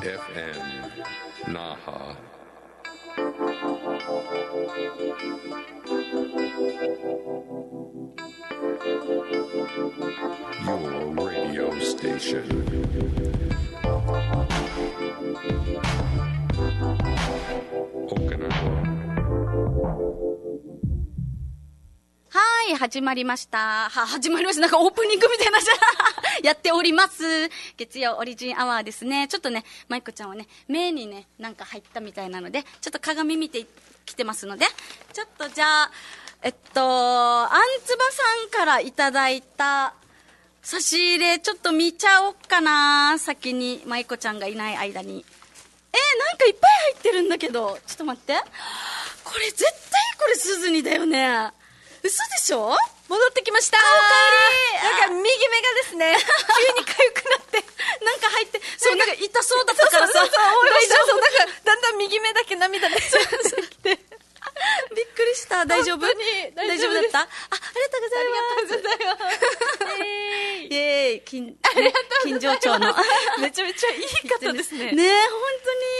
FM Naha.
はい、始まりました。は、始まりました。なんかオープニングみたいなじ ゃんやっております。月曜オリジンアワーですね。ちょっとね、マイコちゃんはね、目にね、なんか入ったみたいなので、ちょっと鏡見てきてますので、ちょっとじゃあ、えっと、あんつばさんからいただいた差し入れ、ちょっと見ちゃおっかな。先に、マイコちゃんがいない間に。えー、なんかいっぱい入ってるんだけどちょっと待ってこれ絶対これスズニだよね嘘でしょ
戻ってきましたなんか右目がですね急に痒くなって
なんか入ってそうなんか痛そうだったからさ
そうそうそう
どうしよ
そうなんかだんだん右目だけ涙出てきて
うびっくりした大丈夫
本当に
大
大
丈夫
丈夫
だ
です
ったあありがとうございます
ありがとうございます
イエーイ金金城町の
めちゃめちゃいい方ですね
ねえ本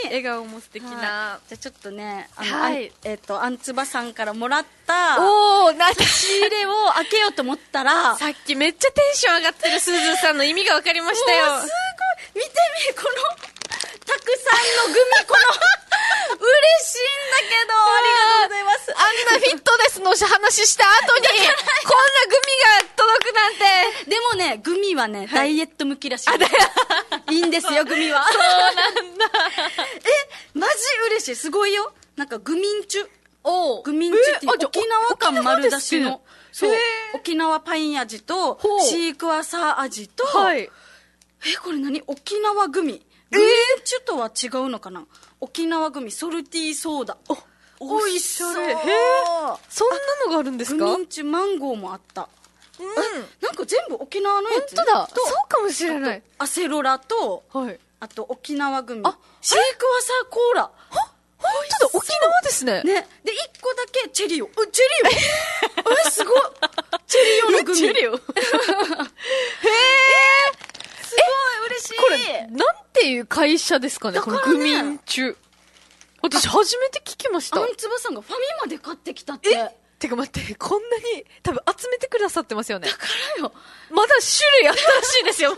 当に
笑顔も素敵
はい
な、
じゃあちょっとねあの、
はい
あんえっ、とあんつばさんからもらった
おおなんか
差し入れを開けようと思った ら
さっきめっちゃテンション上がってるすずさんの意味が分かりましたよ
もうすごい見てみこのたくさんのグミこ の嬉しいんだけどありがとうございます
あんなフィットネスの話した後 に、こんなグミが届くなんて。
でもねグミはね、ダイエット向きらしいいいんですよグ ミはそうなんだ えマジ嬉しいすごいよなんかグミンチュ
お
グミンチュっていう
えあじゃあ
沖縄感丸出し
沖縄
の
で
そう
へー
沖縄パイン味と
ほう
シークワーサー味と、
はい。
えこれ何沖縄グミグミンチュとは違うのかな、沖縄グミソルティーソーダおおいしそう
おしゃれへーそんなのがあるんです
グ
かう
ミ
ん。
ンチュマンゴーもあったなんか全部沖縄のや
本
つ
当だ。
と
そうかもしれない。
アセロラと
はい。
あと沖縄グミ
あ
シークワーサーコーラ
本当だ、沖縄ですね。
ねで1個だけチェリオおチェリ オえすごいチェリオのグミ
チェリオ
へえすごい嬉しい
これ、なんていう会社ですかね、
だか
こ
ら
の
ね
グミンチュ。私、初めて聞きまし
あ
た
ん。つばさんがファミマで買ってきたってえ
てか待って、こんなに、多分集めてくださってますよね。
からよ
まだ種類あったらしいですよ。
ま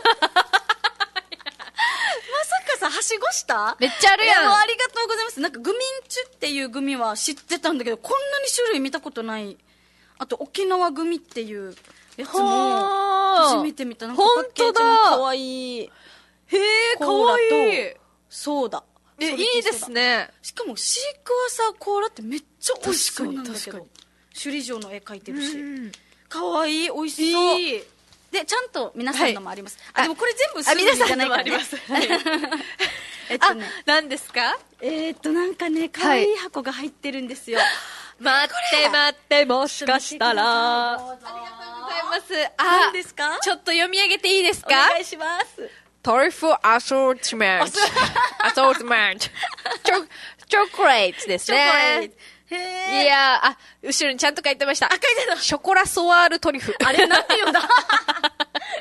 さかさ、はしごした
めっちゃあるやん
いもうありがとうございます。なんか、グミンチュっていうグミは知ってたんだけど、こんなに種類見たことない。あと、沖縄グミっていうやつも、
は
初めて見た。なんか、パ
本
ッケー
当
ジも
だ
可愛い。
へえ、かわいい。え、
ソーダ。
い
ソル
い
ティーソーダ
です。ね。
しかも、シークワーサーコーラってめっちゃ美味しそうなんだけ
確か
ど
に。
首里城の絵描いてるし。
うん
可愛い、美味しそう。
いい
で、ちゃんと皆さんのもあります。
は
あ、
い
でもこれ全部
あ、
数字
皆
じ
さ
ゃ
ん
ない
の
から
もあり
ね
ます。
えっ
あ
とね。、
何ですか
えー、っと、なんかね、可愛い箱が入ってるんですよ。
待って待って、もしかしたら。ありがとうございます。あ、
何ですか
ちょっと読み上げていいです
お
か
願いします。
トリュフアソーチメント。 アソーチメント。チョ、チョコレートです
チョコレー
ね
ト。。へえ。
いやー、あ、後ろにちゃんと書いてました。
書いてた
ショコラソワールトリュフ。
あれ、 なんて言うんだ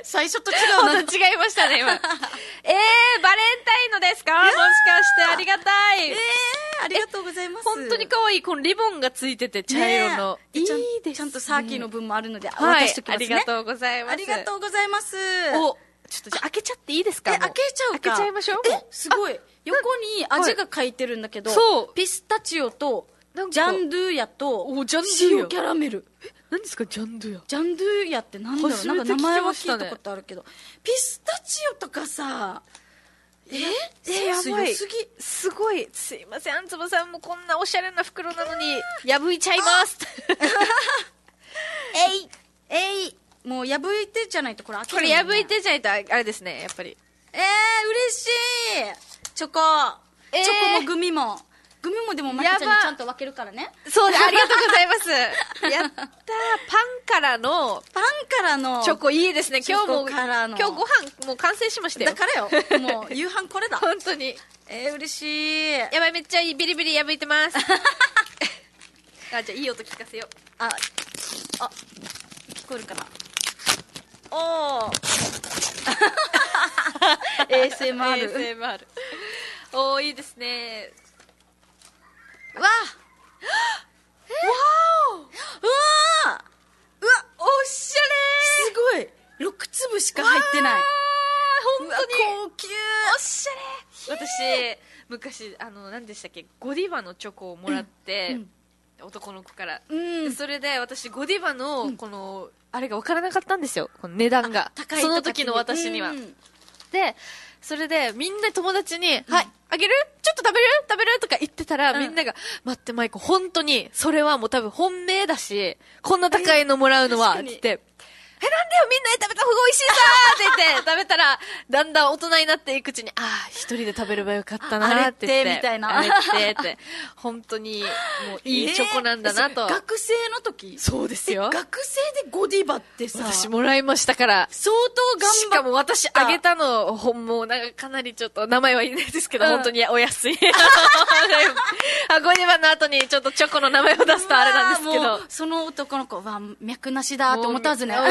最初と違
ちょ
う
っ
な。
と違いましたね、 今。えー、バレンタインのですかもしかして、ありがたい。
えー、ありがとうございます。
本当に可愛い、このリボンがついてて、茶色の。
ねえちゃん
いいですね
ちゃんとサーキーの分もあるので、
は
渡
い
しと、きます
あ
ね。
りがとうございます。
ありがとうございます。
お、ちょっとじゃあ開けちゃっていいですか
え、
もう
開けちゃうか。
開けちゃいましょう。
え、すごい。横に味が書いてるんだけど、
そう
ピスタチオと
なんか
ジャンドゥヤと
おジャンドゥヤ
塩キャラメル
何ですかジャンドゥや
ジャンドゥヤってなんだろう
初
なん
め
か
て
名前は
聞きま
聞い
したね
たことあるけどピスタチオとかさえセ
え
ンス良
ー、やばい
すぎ
すごいすいませんあんつばさんもこんなおしゃれな袋なのに破いちゃいます
えいもう破いてじゃないとこれ開け
こ
ない
れ
よね
破いてちゃいとあれですねやっぱり
えー、嬉しいチョコ、
えー
チョコもグミもグミもでもまゆちゃんに
やば
ちゃんと分けるからね
そうでありがとうございますやったーパンからの
パンからの
チョコいいですね今日
チョ
も
コからの
今日ご飯もう完成しましたよ
だからよもう夕飯これだ
本当に
えー、嬉しい
やばいめっちゃいいビリビリ破いてます あじゃあいい音聞かせよう
ああ聞こえる かな
おお
ASMR
ASMR おーいいですね
わあわあうわおっしゃれすごい6粒しか入ってない
本当に
うわ高級
おしゃれ私昔あの何でしたっけゴディバのチョコをもらって、男の子から、
ん
でそれで私ゴディバのこの、あれが分からなかったんですよこの値段が
高い
その
とかってい
時
う
の私には、
うん
でそれでみんな友達に「はいあげるちょっと食べる食べる?」とか言ってたら、
うん
みんなが「待ってマイコ本当にそれはもう多分本命だしこんな高いのもらうのは」
え
っ
確かに
つって「えなんでよみんなで食べた方が美味しいさ!」って言っ て食べたらだんだん大人になっていくうちに「ああ一人で食べればよかったな」って言
あれってみ
って
たいな
あれってって本当にもういいチョコなんだなと、
えーそれ学生の時
そうです
え
よ
学生でゴディバってさ
私もらいましたから
相当頑張
しかも私あげたの、ほんもうなんかかなりちょっと名前は言えないですけど、
うん
本当にお安い。 あ、ゴディバの後にちょっとチョコの名前を出すとあれなんですけ
うわーも
ど
う。その男の子は脈なしだと思ったはずね
もう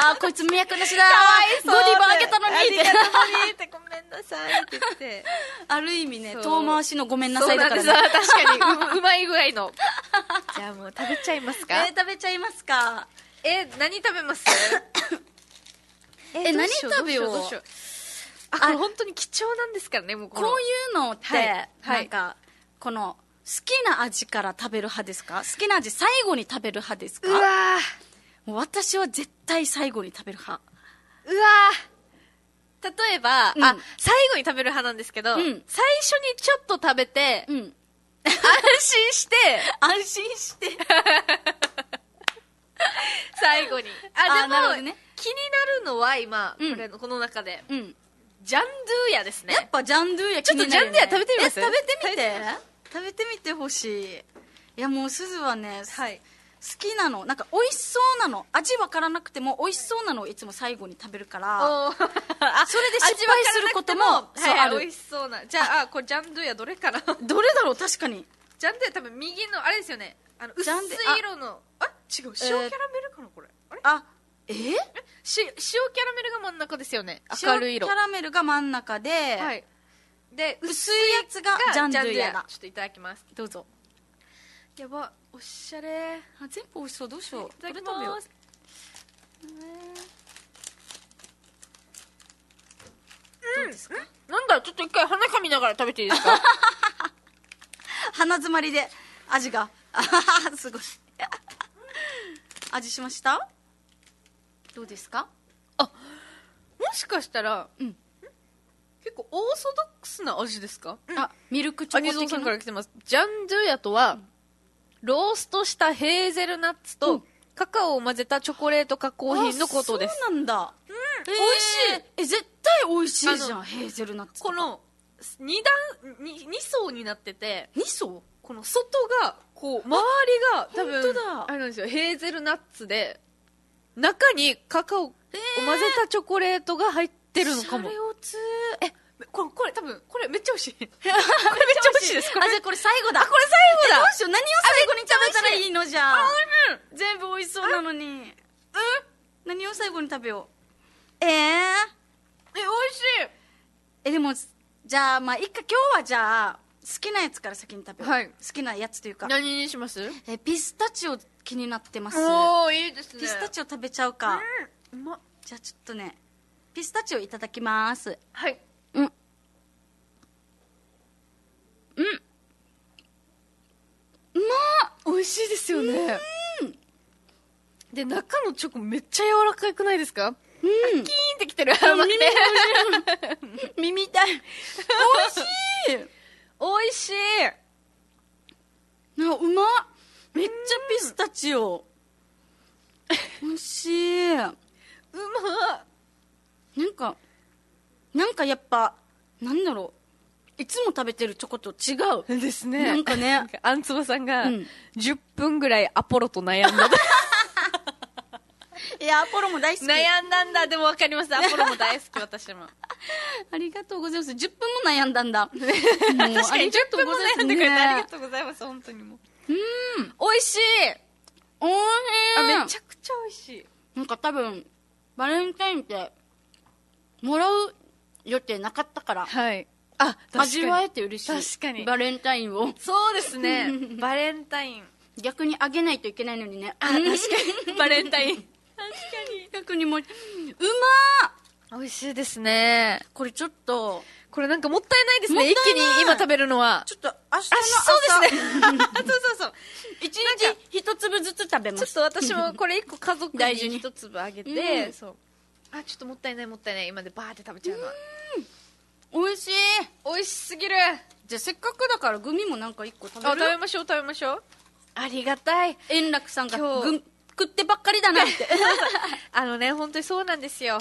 あーこいつ脈なしだゴディバあげたのに
あげ
ったて
のにってごめんなさいって言って。
ある意味ね
そう
遠回しのごめんなさいだから
そう
ね
なんです確かにう、うまい具合の。 じゃあもう食べちゃいます
え
か
ー食べちゃいますか
え、何食べますえ
え
どうし
何食べよう
どしどしあ、これ本当に貴重なんですからね、もうこ
こういう
の。
のって、
はいはい
なんかこの好きな味から食べる派ですか好きな味最後に食べる派ですか
うわー。
もう私は絶対最後に食べる派
うわー例えば、
うん
あ、最後に食べる派なんですけど、
ん
最初にちょっと食べて、
うん
安 心して、
安心して
最後に。
あ
あ、で
なるほ
も、
どね
気になるのは今、
うん
これのこの中で、
うん
ジャンドゥーヤですね。
やっぱジャンドゥや
ち
気
ょっ
に
と
なる
ジャン
よ
ドゥ
ね
ーヤ食べてみます
え食べてみて食べてみてほしいいやもうすずはね、
はい。
好きなのなんか美味しそうなの味わからなくても美味しそうなのをいつも最後に食べるから
おーあ
それで失敗することも
味わからなくて
そう
は
あ
い、
る
美味しそうな。じゃあ、あこれジャンドゥーヤどれかな
どれだろう確かに
ジャンドゥーヤ多分右の、あれですよね。あの、
ジ
薄
ャ
い
ンドゥ
色の、あ違う、塩キャラメルかな、これ。あれ
あえー、
し塩キャラメルが真ん中ですよね。明
塩
るい色
キャ。ラメルが真ん中で、
はい。で、
薄いやつがジャンドゥやだ
ちょっといただきます。
どうぞ
やば、おしゃれ。い
あ全部美味しそうどうしよう
ただき
どれ食べよ
ま
う
す。
どうですか
なんだ、ちょっと一回鼻かみながら食べていいです か
鼻詰まりで味が あははすごい味しましたどうですか
もしかしたら、
うん
結構オーソドックスな味ですか
あミルクチョ
アニゾ
コ
ー
的
さんか
な
ら来てます。ジャンドゥヤとは、ローストしたヘーゼルナッツと、カカオを混ぜたチョコレート加工品のことです
あ。そうなんだ、
美
美味しいえ絶対美味しいじ
あ
ゃんヘーゼルナッツ
この、二段、二二層になってて、
2層
この外がこう周りが多分
本当だ
あれなんですよヘーゼルナッツで中にカカオを混ぜたチョコレートが入ってるのかも、
シャレオツ
えこれこれ多分これめっちゃ美味しい これめっちゃ美味しいですこ
あ
れ
じゃあこれ最後だ
あこれ最後
ど
だ
うしよう何を最後に食べたらいいのじゃあ全部美味しそうなのにうん何を最後に食べようえー、
え美味し
えでもじゃあまあいっか今日はじゃあ好きなやつから先に食べよう、
はい
好きなやつというか
い何にします
えピスタチオ気になってます
おおいいですね
ピスタチオ食べちゃうか、
オうまっ
じゃあちょっとねピスタチオいただきます
はい
うんうん
美味しいですよねで中のチョコめっちゃ柔らかくないですか
うん
キーンってきてる甘くて
耳痛い美味し
美味しい
いなうまっめっちゃピスタチオ美味しいう
ま
なんかなんかやっぱなんだろういつも食べてるチョコと違う
っですね
なんかね
あんつばさんが
うん
10分ぐらいアポロと悩んだ
いやアポロも大好き
悩んだんだでも分かり ますアポロも大好き私も
ありがとうございます10分も悩んだんだ確かに
確かに10分も悩んでくれてありがとうございます本当にもううん美味しい
おいし
あ
い
めちゃくちゃ美味しい
なんか多分バレンタインってもらう予定なかったから
はいあ
味わえて嬉しい
確かに
バレンタインを
そうです ねバレンタイン
逆にあげないといけないのにね
あ
うん
確かに バレンタイン
逆にもううまー
美味しいですね
これちょっと
これなんかもったいないです
もっ
ね
たい
一
ない
気に今食べるのは
ちょっと明日
あ
の朝
そうですね そうそうそう
一日一粒ずつ食べま
ちょっ
す
と私 もこれ一個家族
大事に
に一粒あげ
う
て
ん
そうあちょっともったいないもったいない今でバーって食べちゃうのは
美味しい
美味しすぎる
じゃあせっかくだからグミもなんか一個食
あ食
べ
べ
る
ましょう食べましょうありがたい
円楽さんが
今日
グミ食ってばっかりだな って
あのね本当にそうなんですよ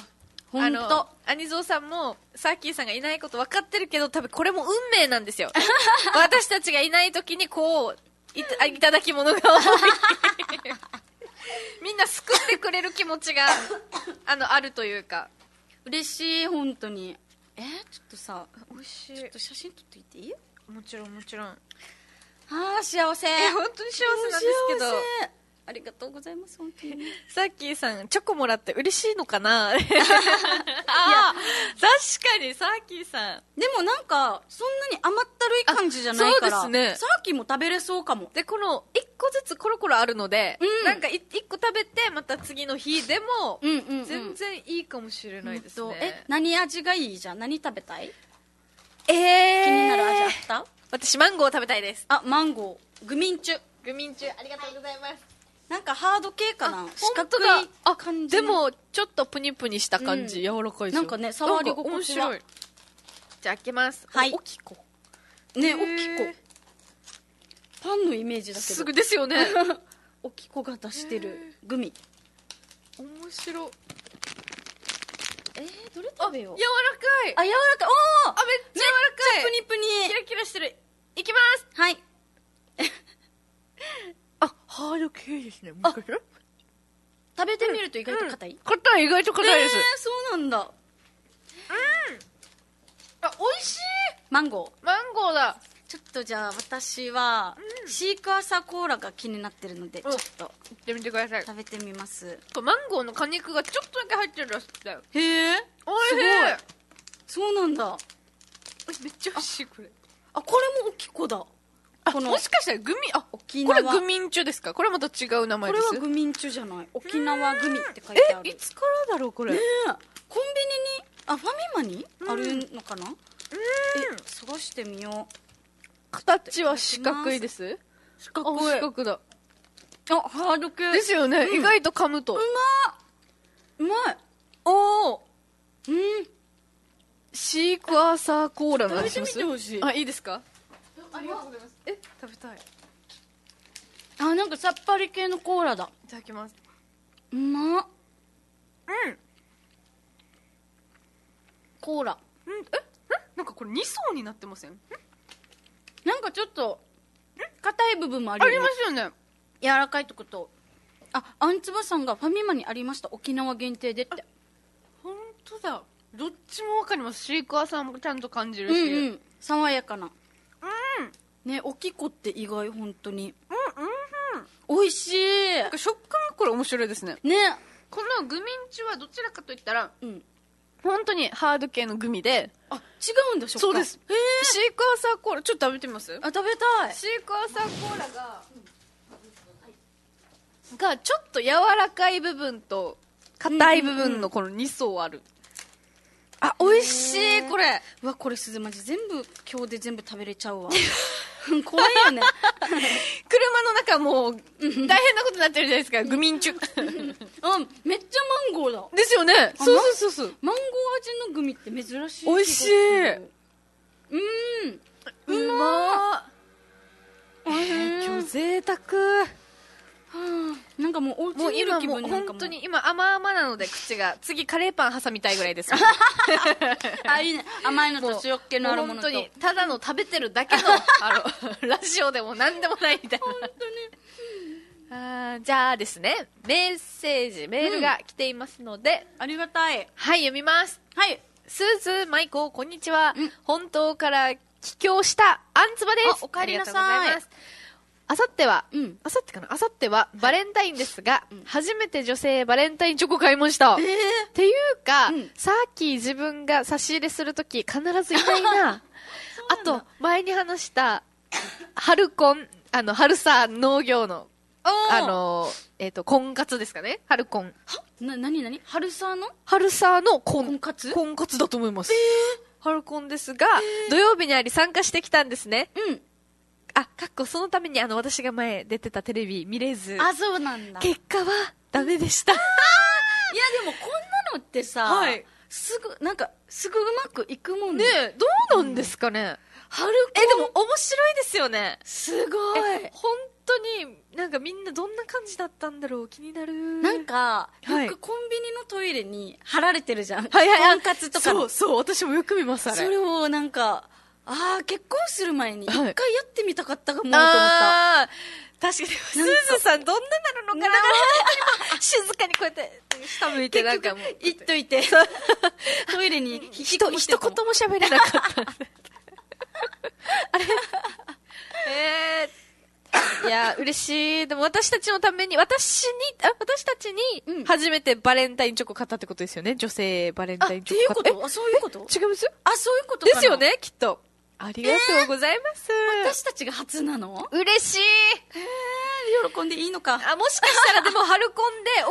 本
あ
当
の兄蔵さんもサーキーさんがいないこと分かってるけど多分これも運命な んですよ私たちがいない時にこういたいただき物が多いみんな救ってくれる気持ちがあのあるというか
嬉しい本当にえーちょっとさ
美味し
ちょっと写真撮っていていい
いもちろんもちろん
あー幸せ
え本当に幸せなんですけど
幸せありがとうございます本当に
サーキーさんチョコもらって嬉しいのかな あー確かにサーキーさん
でもなんかそんなに甘ったるい感じじゃないから
あそうですね
さっきも食べれそうかも
でこの1個ずつコロコロあるので、
うん
なんか 1, 個食べてまた次の日でも
うんうん、うん、
全然いいかもしれないです
ほんとえ
ね、
何味がいいじゃん何食べたい
ええ
気になる味あった、
私マンゴー食べたいです
あマンゴーグミンチュ
グミンチュありがとうございます
なんかハード系かな四角い
あ
感じ
で
の
もちょっとプニプニした感じ、
うん
柔らかいです
な
よ
んかね触り心地は
なんか面白いじゃあ開けます
はい
おおきこ
ね
へ
お
ー
きこパンのイメージだけど
すぐですよね
おきこが出してるグミ
面白い
えー、どれ食べよ
柔らか
あ
い
柔らかいおお
あめっちゃ柔らかい
プニプニ
キラキラしてるいきます
はい
あハード系ですね
あ食べてみると意外と硬い、
硬い意外と硬いです、
えーそうなんだ
あ美味しい
マンゴー
マンゴーだ
ちょっとじゃあ私は、シークワーサーコーラが気になってるのでちょっと
行ってみてください
食べてみます
マンゴーの果肉がちょっとだけ入ってるらしくて
へえ
美味
そうなんだ
しいめっちゃ美味しいこれ
あこれもおきこだ
あ
この
もしかしたらグミあ
沖
こ
縄
れグミンチュですかこれまた違う名
こ
前
れ
です
はグミンチュじゃない沖縄グミって書いてある
えいつからだろうこれ、
ねえコンビニにあファミマに、あるのかなえ探してみよう
形は四角いです
四
あ四角だ
あハード系
ですよね、
うん
意外と噛むと、
うまい
おお
うん
シークワーサーコーラの味します
食べてみてほしい
あいいですかありがとうございますえ食べたい
あなんかさっぱり系のコーラだ
いただきます
うまっ
うん
コーラ
うんえなんかこれ2層になってません
なんかちょっと硬い部分もある
あ
よ、ね、
りますよね
柔らかいとことああんつばさんがファミマにありました沖縄限定でって
本当だどっちもわかりますシークワーサーもちゃんと感じる
うん
し、
うん爽やかなうんねおきこって意外本当にうんうん美味し
なんか
い
食感がこれ面白いですね
ね
このグミンチュはどちらかといったら
うん
本当にハード系のグミで
あ違うんだ食感
そうです
へえ
シークワーサーコーラちょっと食べてみます
あ食べたい
シークワーサーコーラががちょっと柔らかい部分と硬い部分のこの2層ある、あ美味しいこれ
うわこれすずまじ全部今日で全部食べれちゃうわうん怖いよね。
車の中もう、大変なことになってるじ ゃないですか、グミンチュ。
うん、めっちゃマンゴーだ。
ですよね。そうそうそうそう。
マンゴー味のグミって珍しい。
美味しい。う
うん。
まー。今日贅沢。
なんかもうお
もう
家にいる
今
気
も
分
う
になんかも
本
う
当に今甘々なので口が次カレーパン挟みたいぐらい です。
あいいね甘いのと塩っ気のあるも
本
のと
当にただの食べてるだけのあのラジオでも何でもないみたいな本当にあーじゃあですねメッセージメールが来ていますので、
ありがたい
はい読みます
はい
スーズマイコこんにちは、本島から帰郷したあんつばです
あお帰りなさい
ありがとうござますあさっては、
うん
あさってかなあさってはバレンタインですが、初めて女性バレンタインチョコ買いました。っていうか、
うん
さっき自分が差し入れするとき必 ずいないな。あと、前に話した、春コン、あの、春さ農業の、あ
あ
の、えっ、と、婚活ですかね春コン。
な何何春さの
春さの婚
婚活
婚活だと思います。春コンですが、土曜日にあり参加してきたんですね。
うん
あ、かっこそのためにあの、私が前出てたテレビ見れず、
あそうなんだいや
結果はダメでした。
でもこんなのってさ、
はい
すぐなんかすぐうまくいくもん
ねえ、どうなんですかね、
春
え、でも面白いですよね。
すご
え
い
本当に、なんかみんなどんな感じだったんだろう気になる。
なん、か、
はい
よくコンビニのトイレに貼られてるじゃん、
はいはいはい
婚活とか
そ
の
うそう、私もよく見ます、あれ。
それをなんかああ結婚する前に一
はい
回やってみたかったかもと思った、
あー確かに、スーズさんどんななのかな静かにこうやって、下向いてなんかもう。
言っといてトイレに引きこもって
一
るかも
言も喋れなかった。あれえーいや、嬉しい。でも私たちのために、私に、あ私たち
う
に、
ん
初めてバレンタインチョコ買ったってことですよね。女性バレン
あ
タ
っ
イン
て
チ
いう
ョコ
こ
買った。
とあそういうこと
え違います
あそういうことか
で
な
すよね、きっと。ありがとうございます。
私たちが初なの
嬉しい。
喜んでいいのか
あ、もしかしたらでも、ハルコ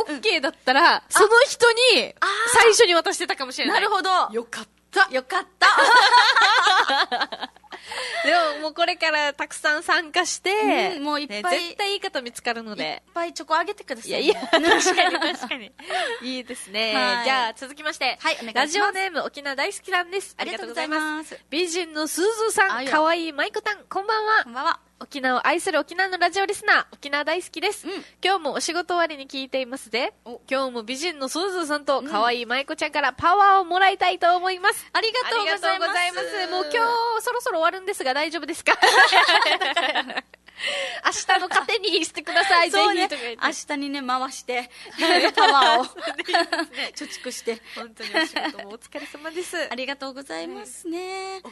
ンで OK だったら、その人に、最初に渡してたかもしれな。
ないるほど
よかった。
よかった
でももうこれからたくさん参加して、
うんもういっぱい
ね絶対いい方見つかるの
いっ
で。
ぱいチョコあげてください
いやいや、確か に確かに。 いいですね。
はい
じゃあ続きまして。
はいお願いします
ラジオネーム沖縄大好きさんです。あ
あ
り
り
が
が
と
と
う
う
ご
ご
ざ
ざい
いま
ますす。
美人のすずさ
あ
ん、
いや
かわいい舞子たん、こんばんは。
こんばんは
沖縄を愛する沖縄のラジオリスナー、沖縄大好きです。
うん
今日もお仕事終わりに聞いていますで、
お
今日も美人のすずさんと可愛い舞子ちゃんからパワーをもらいたいと思います。
ありがとうございます
ありがとうございますもう今日そろそろ終わるんですが大丈夫です か明日の糧にしてください、
そう
ぜひ
ね
とか言って。
明日にね回 してパワーを 貯蓄して
本当にお仕事もお疲れ様です。
ありがとうございますね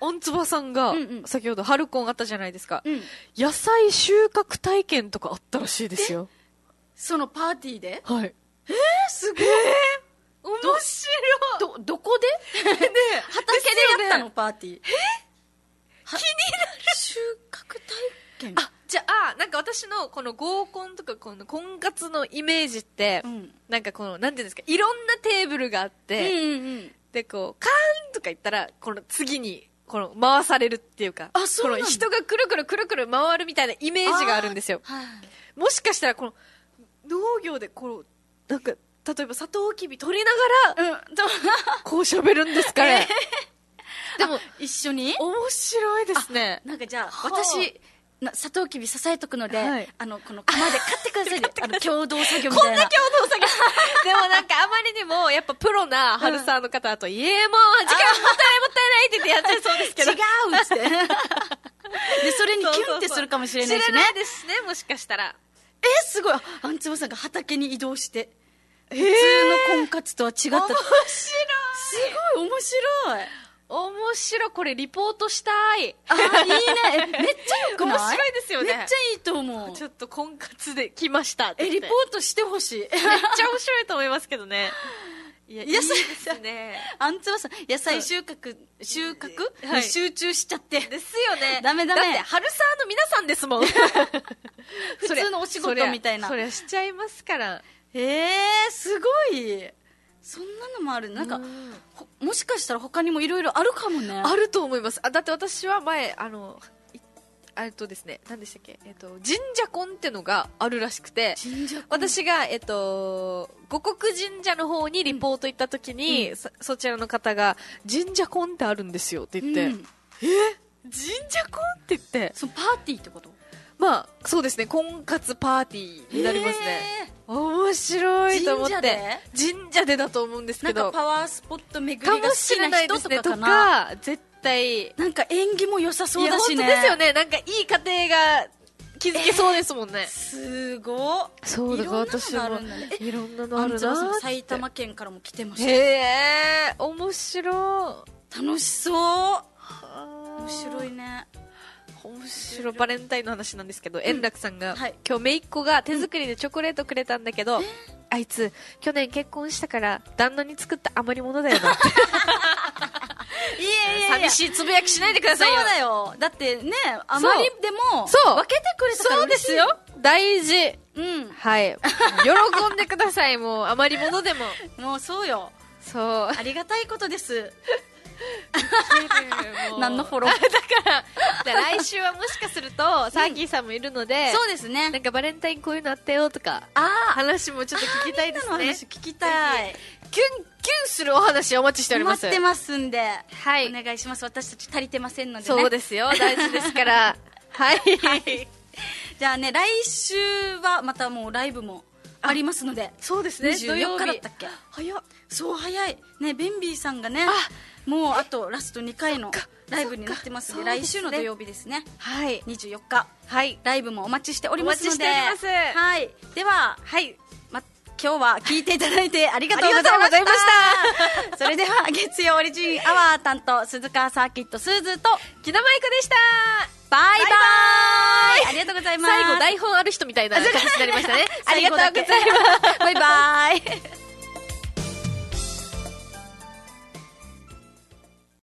おんつばさんが
うんうん
先ほど春コンあったじゃないですか
うん
野菜収穫体験とかあったらしいですよ。
そのパーティーで
はい。
すごい
面白い
どどこで
ねえ
畑でやったのパーティーえ気になる収穫体験
あ、じゃあ、なんか私のこの合コンとかこの婚活のイメージって、
うん
なんかこの、なんていうんですか、いろんなテーブルがあっ
うん
て、
うんうん
で、こう、カーンとか言ったら、この次に、この回されるっていうか、
あそうなん
こ
だ
の人がくるくるくるくる回るみたいなイメージがあるんですよ。
はい
もしかしたら、この、農業で、こう、なんか、例えばサトウキビ取りながら、
うんと
こう喋るんですかね。でも、
一緒に
面白いですね。
なんかじゃあ
はあ
私なサトウキビ支えとくので、
はい
あのこの釜で 買ってくださいねあの共同作業み
こ
た
ん
い
だ
な
けお父さんが。でもなんかあまりにも、やっぱプロなハルサーの方だと、いえ、もう、時間もったいもったいないって言ってやっちゃいそうですけど。
違うっつって でそれにキュンってするかもしれないし
知
ね
らないですね、もしかしたら。
えすごいあんつばさんが畑に移動して
え
普通の婚活とは違った、
面白い
すごい面白い
面白い、これリポートしたい。
あーいいねえめっちゃよくない
面白いですよね
めっちゃいいと思う
ちょっと婚活で来ましたって
え
言
リ
っ
ポ
て。
ートしてほしい
めっちゃ面白いと思いますけどね。いや、いい
いや
で
それ
すね。
あんつばさん野菜収穫収穫、
はい
に集中しちゃって
ですよね。
ダメダメ
だって、春サーの皆さんですもん。
普通のお仕事みたいな
そりゃそりゃしちゃいますから。
えー、すごいそんなのもあるなんかほもしかしたら他にもいろいろあるかもね
あると思いますあだって私は前あのいえっとですね、何でしたっけ、えっと、神社婚ってのがあるらしくて、
神社
私が、えっと、五国神社の方にリポート行った時に、そそちらの方が、神社婚ってあるんですよって言って、
うん
神社婚って言って、
そのパーティーってこと
まあ、そうですね、婚活パーティーになりますね。
へ
面白いと思っ
神
て。
社で
神社でだと思うんです
ーな
け
んか
ど、
パワースポット巡
か
りが
もしれ
好きな
ないで
人
す
と
ね、
か
と
かな
か、絶対、
なんか縁起も良さそうだしね
いや本当ですよねなんかいい家庭が築けそうですもんね、
すごっ
そうだから私も
いろんなのあるんだねえ
いろんなのあ
ア
る
ン
な
ジェラさん
ーっ
も
て
埼玉県からも来てまし
へえ面白
た楽しそう
い
面白いね
面白いバレンタインの話なんですけど、円楽さんが、
はい
今日姪っ子が手作りでチョコレートくれたんだけど、あいつ去年結婚したから旦那に作った余り物だよなって
いや
寂しいつぶやきしないでくだ
そ
さいよ
うだよだってねあまりでも
そう
分けてくれたから
そうで
嬉しい
すよ大事
う
はい喜んでくださいもう余り物でも
んもうそうよ
そう
ありがたいことです
もう
何のフォロー
だから来週はもしかすると、サーキーさんもいるので、
そうですね
なんかバレンタインこういうのあったよとか、
あ
話もちょっと聞きたいです
の
ね。
話聞きたい
キュンキュンするお話お待ちしておりま
待
す。
ってますんで
はい
お願いします私たち足りてませんのでね
そうですよ、大事 ですから。 はい。
じゃあね来週はまたもうライブもありますので
そうです土
24
曜
日
日
だったっけ
早っ。
そう早いねベンビーさんがねもうあとラスト2回のライブになってますんで
そっか
来週の土曜日ですね
はい。
24日
はい。
ライブもお待ちしておりますので
お待ちしております
はいでは、
はい。
ま、今日は聞いていただいてありがとうございま
ありがとうござい
し
ま
た それでは月曜オリジンアワー担当鈴川サーキットスーズーと
木田舞子でした
バイバ
バイ
イありがとうございます。
最後台本ある人みたいな感じになりましたねありがとうございます。
すバイバイ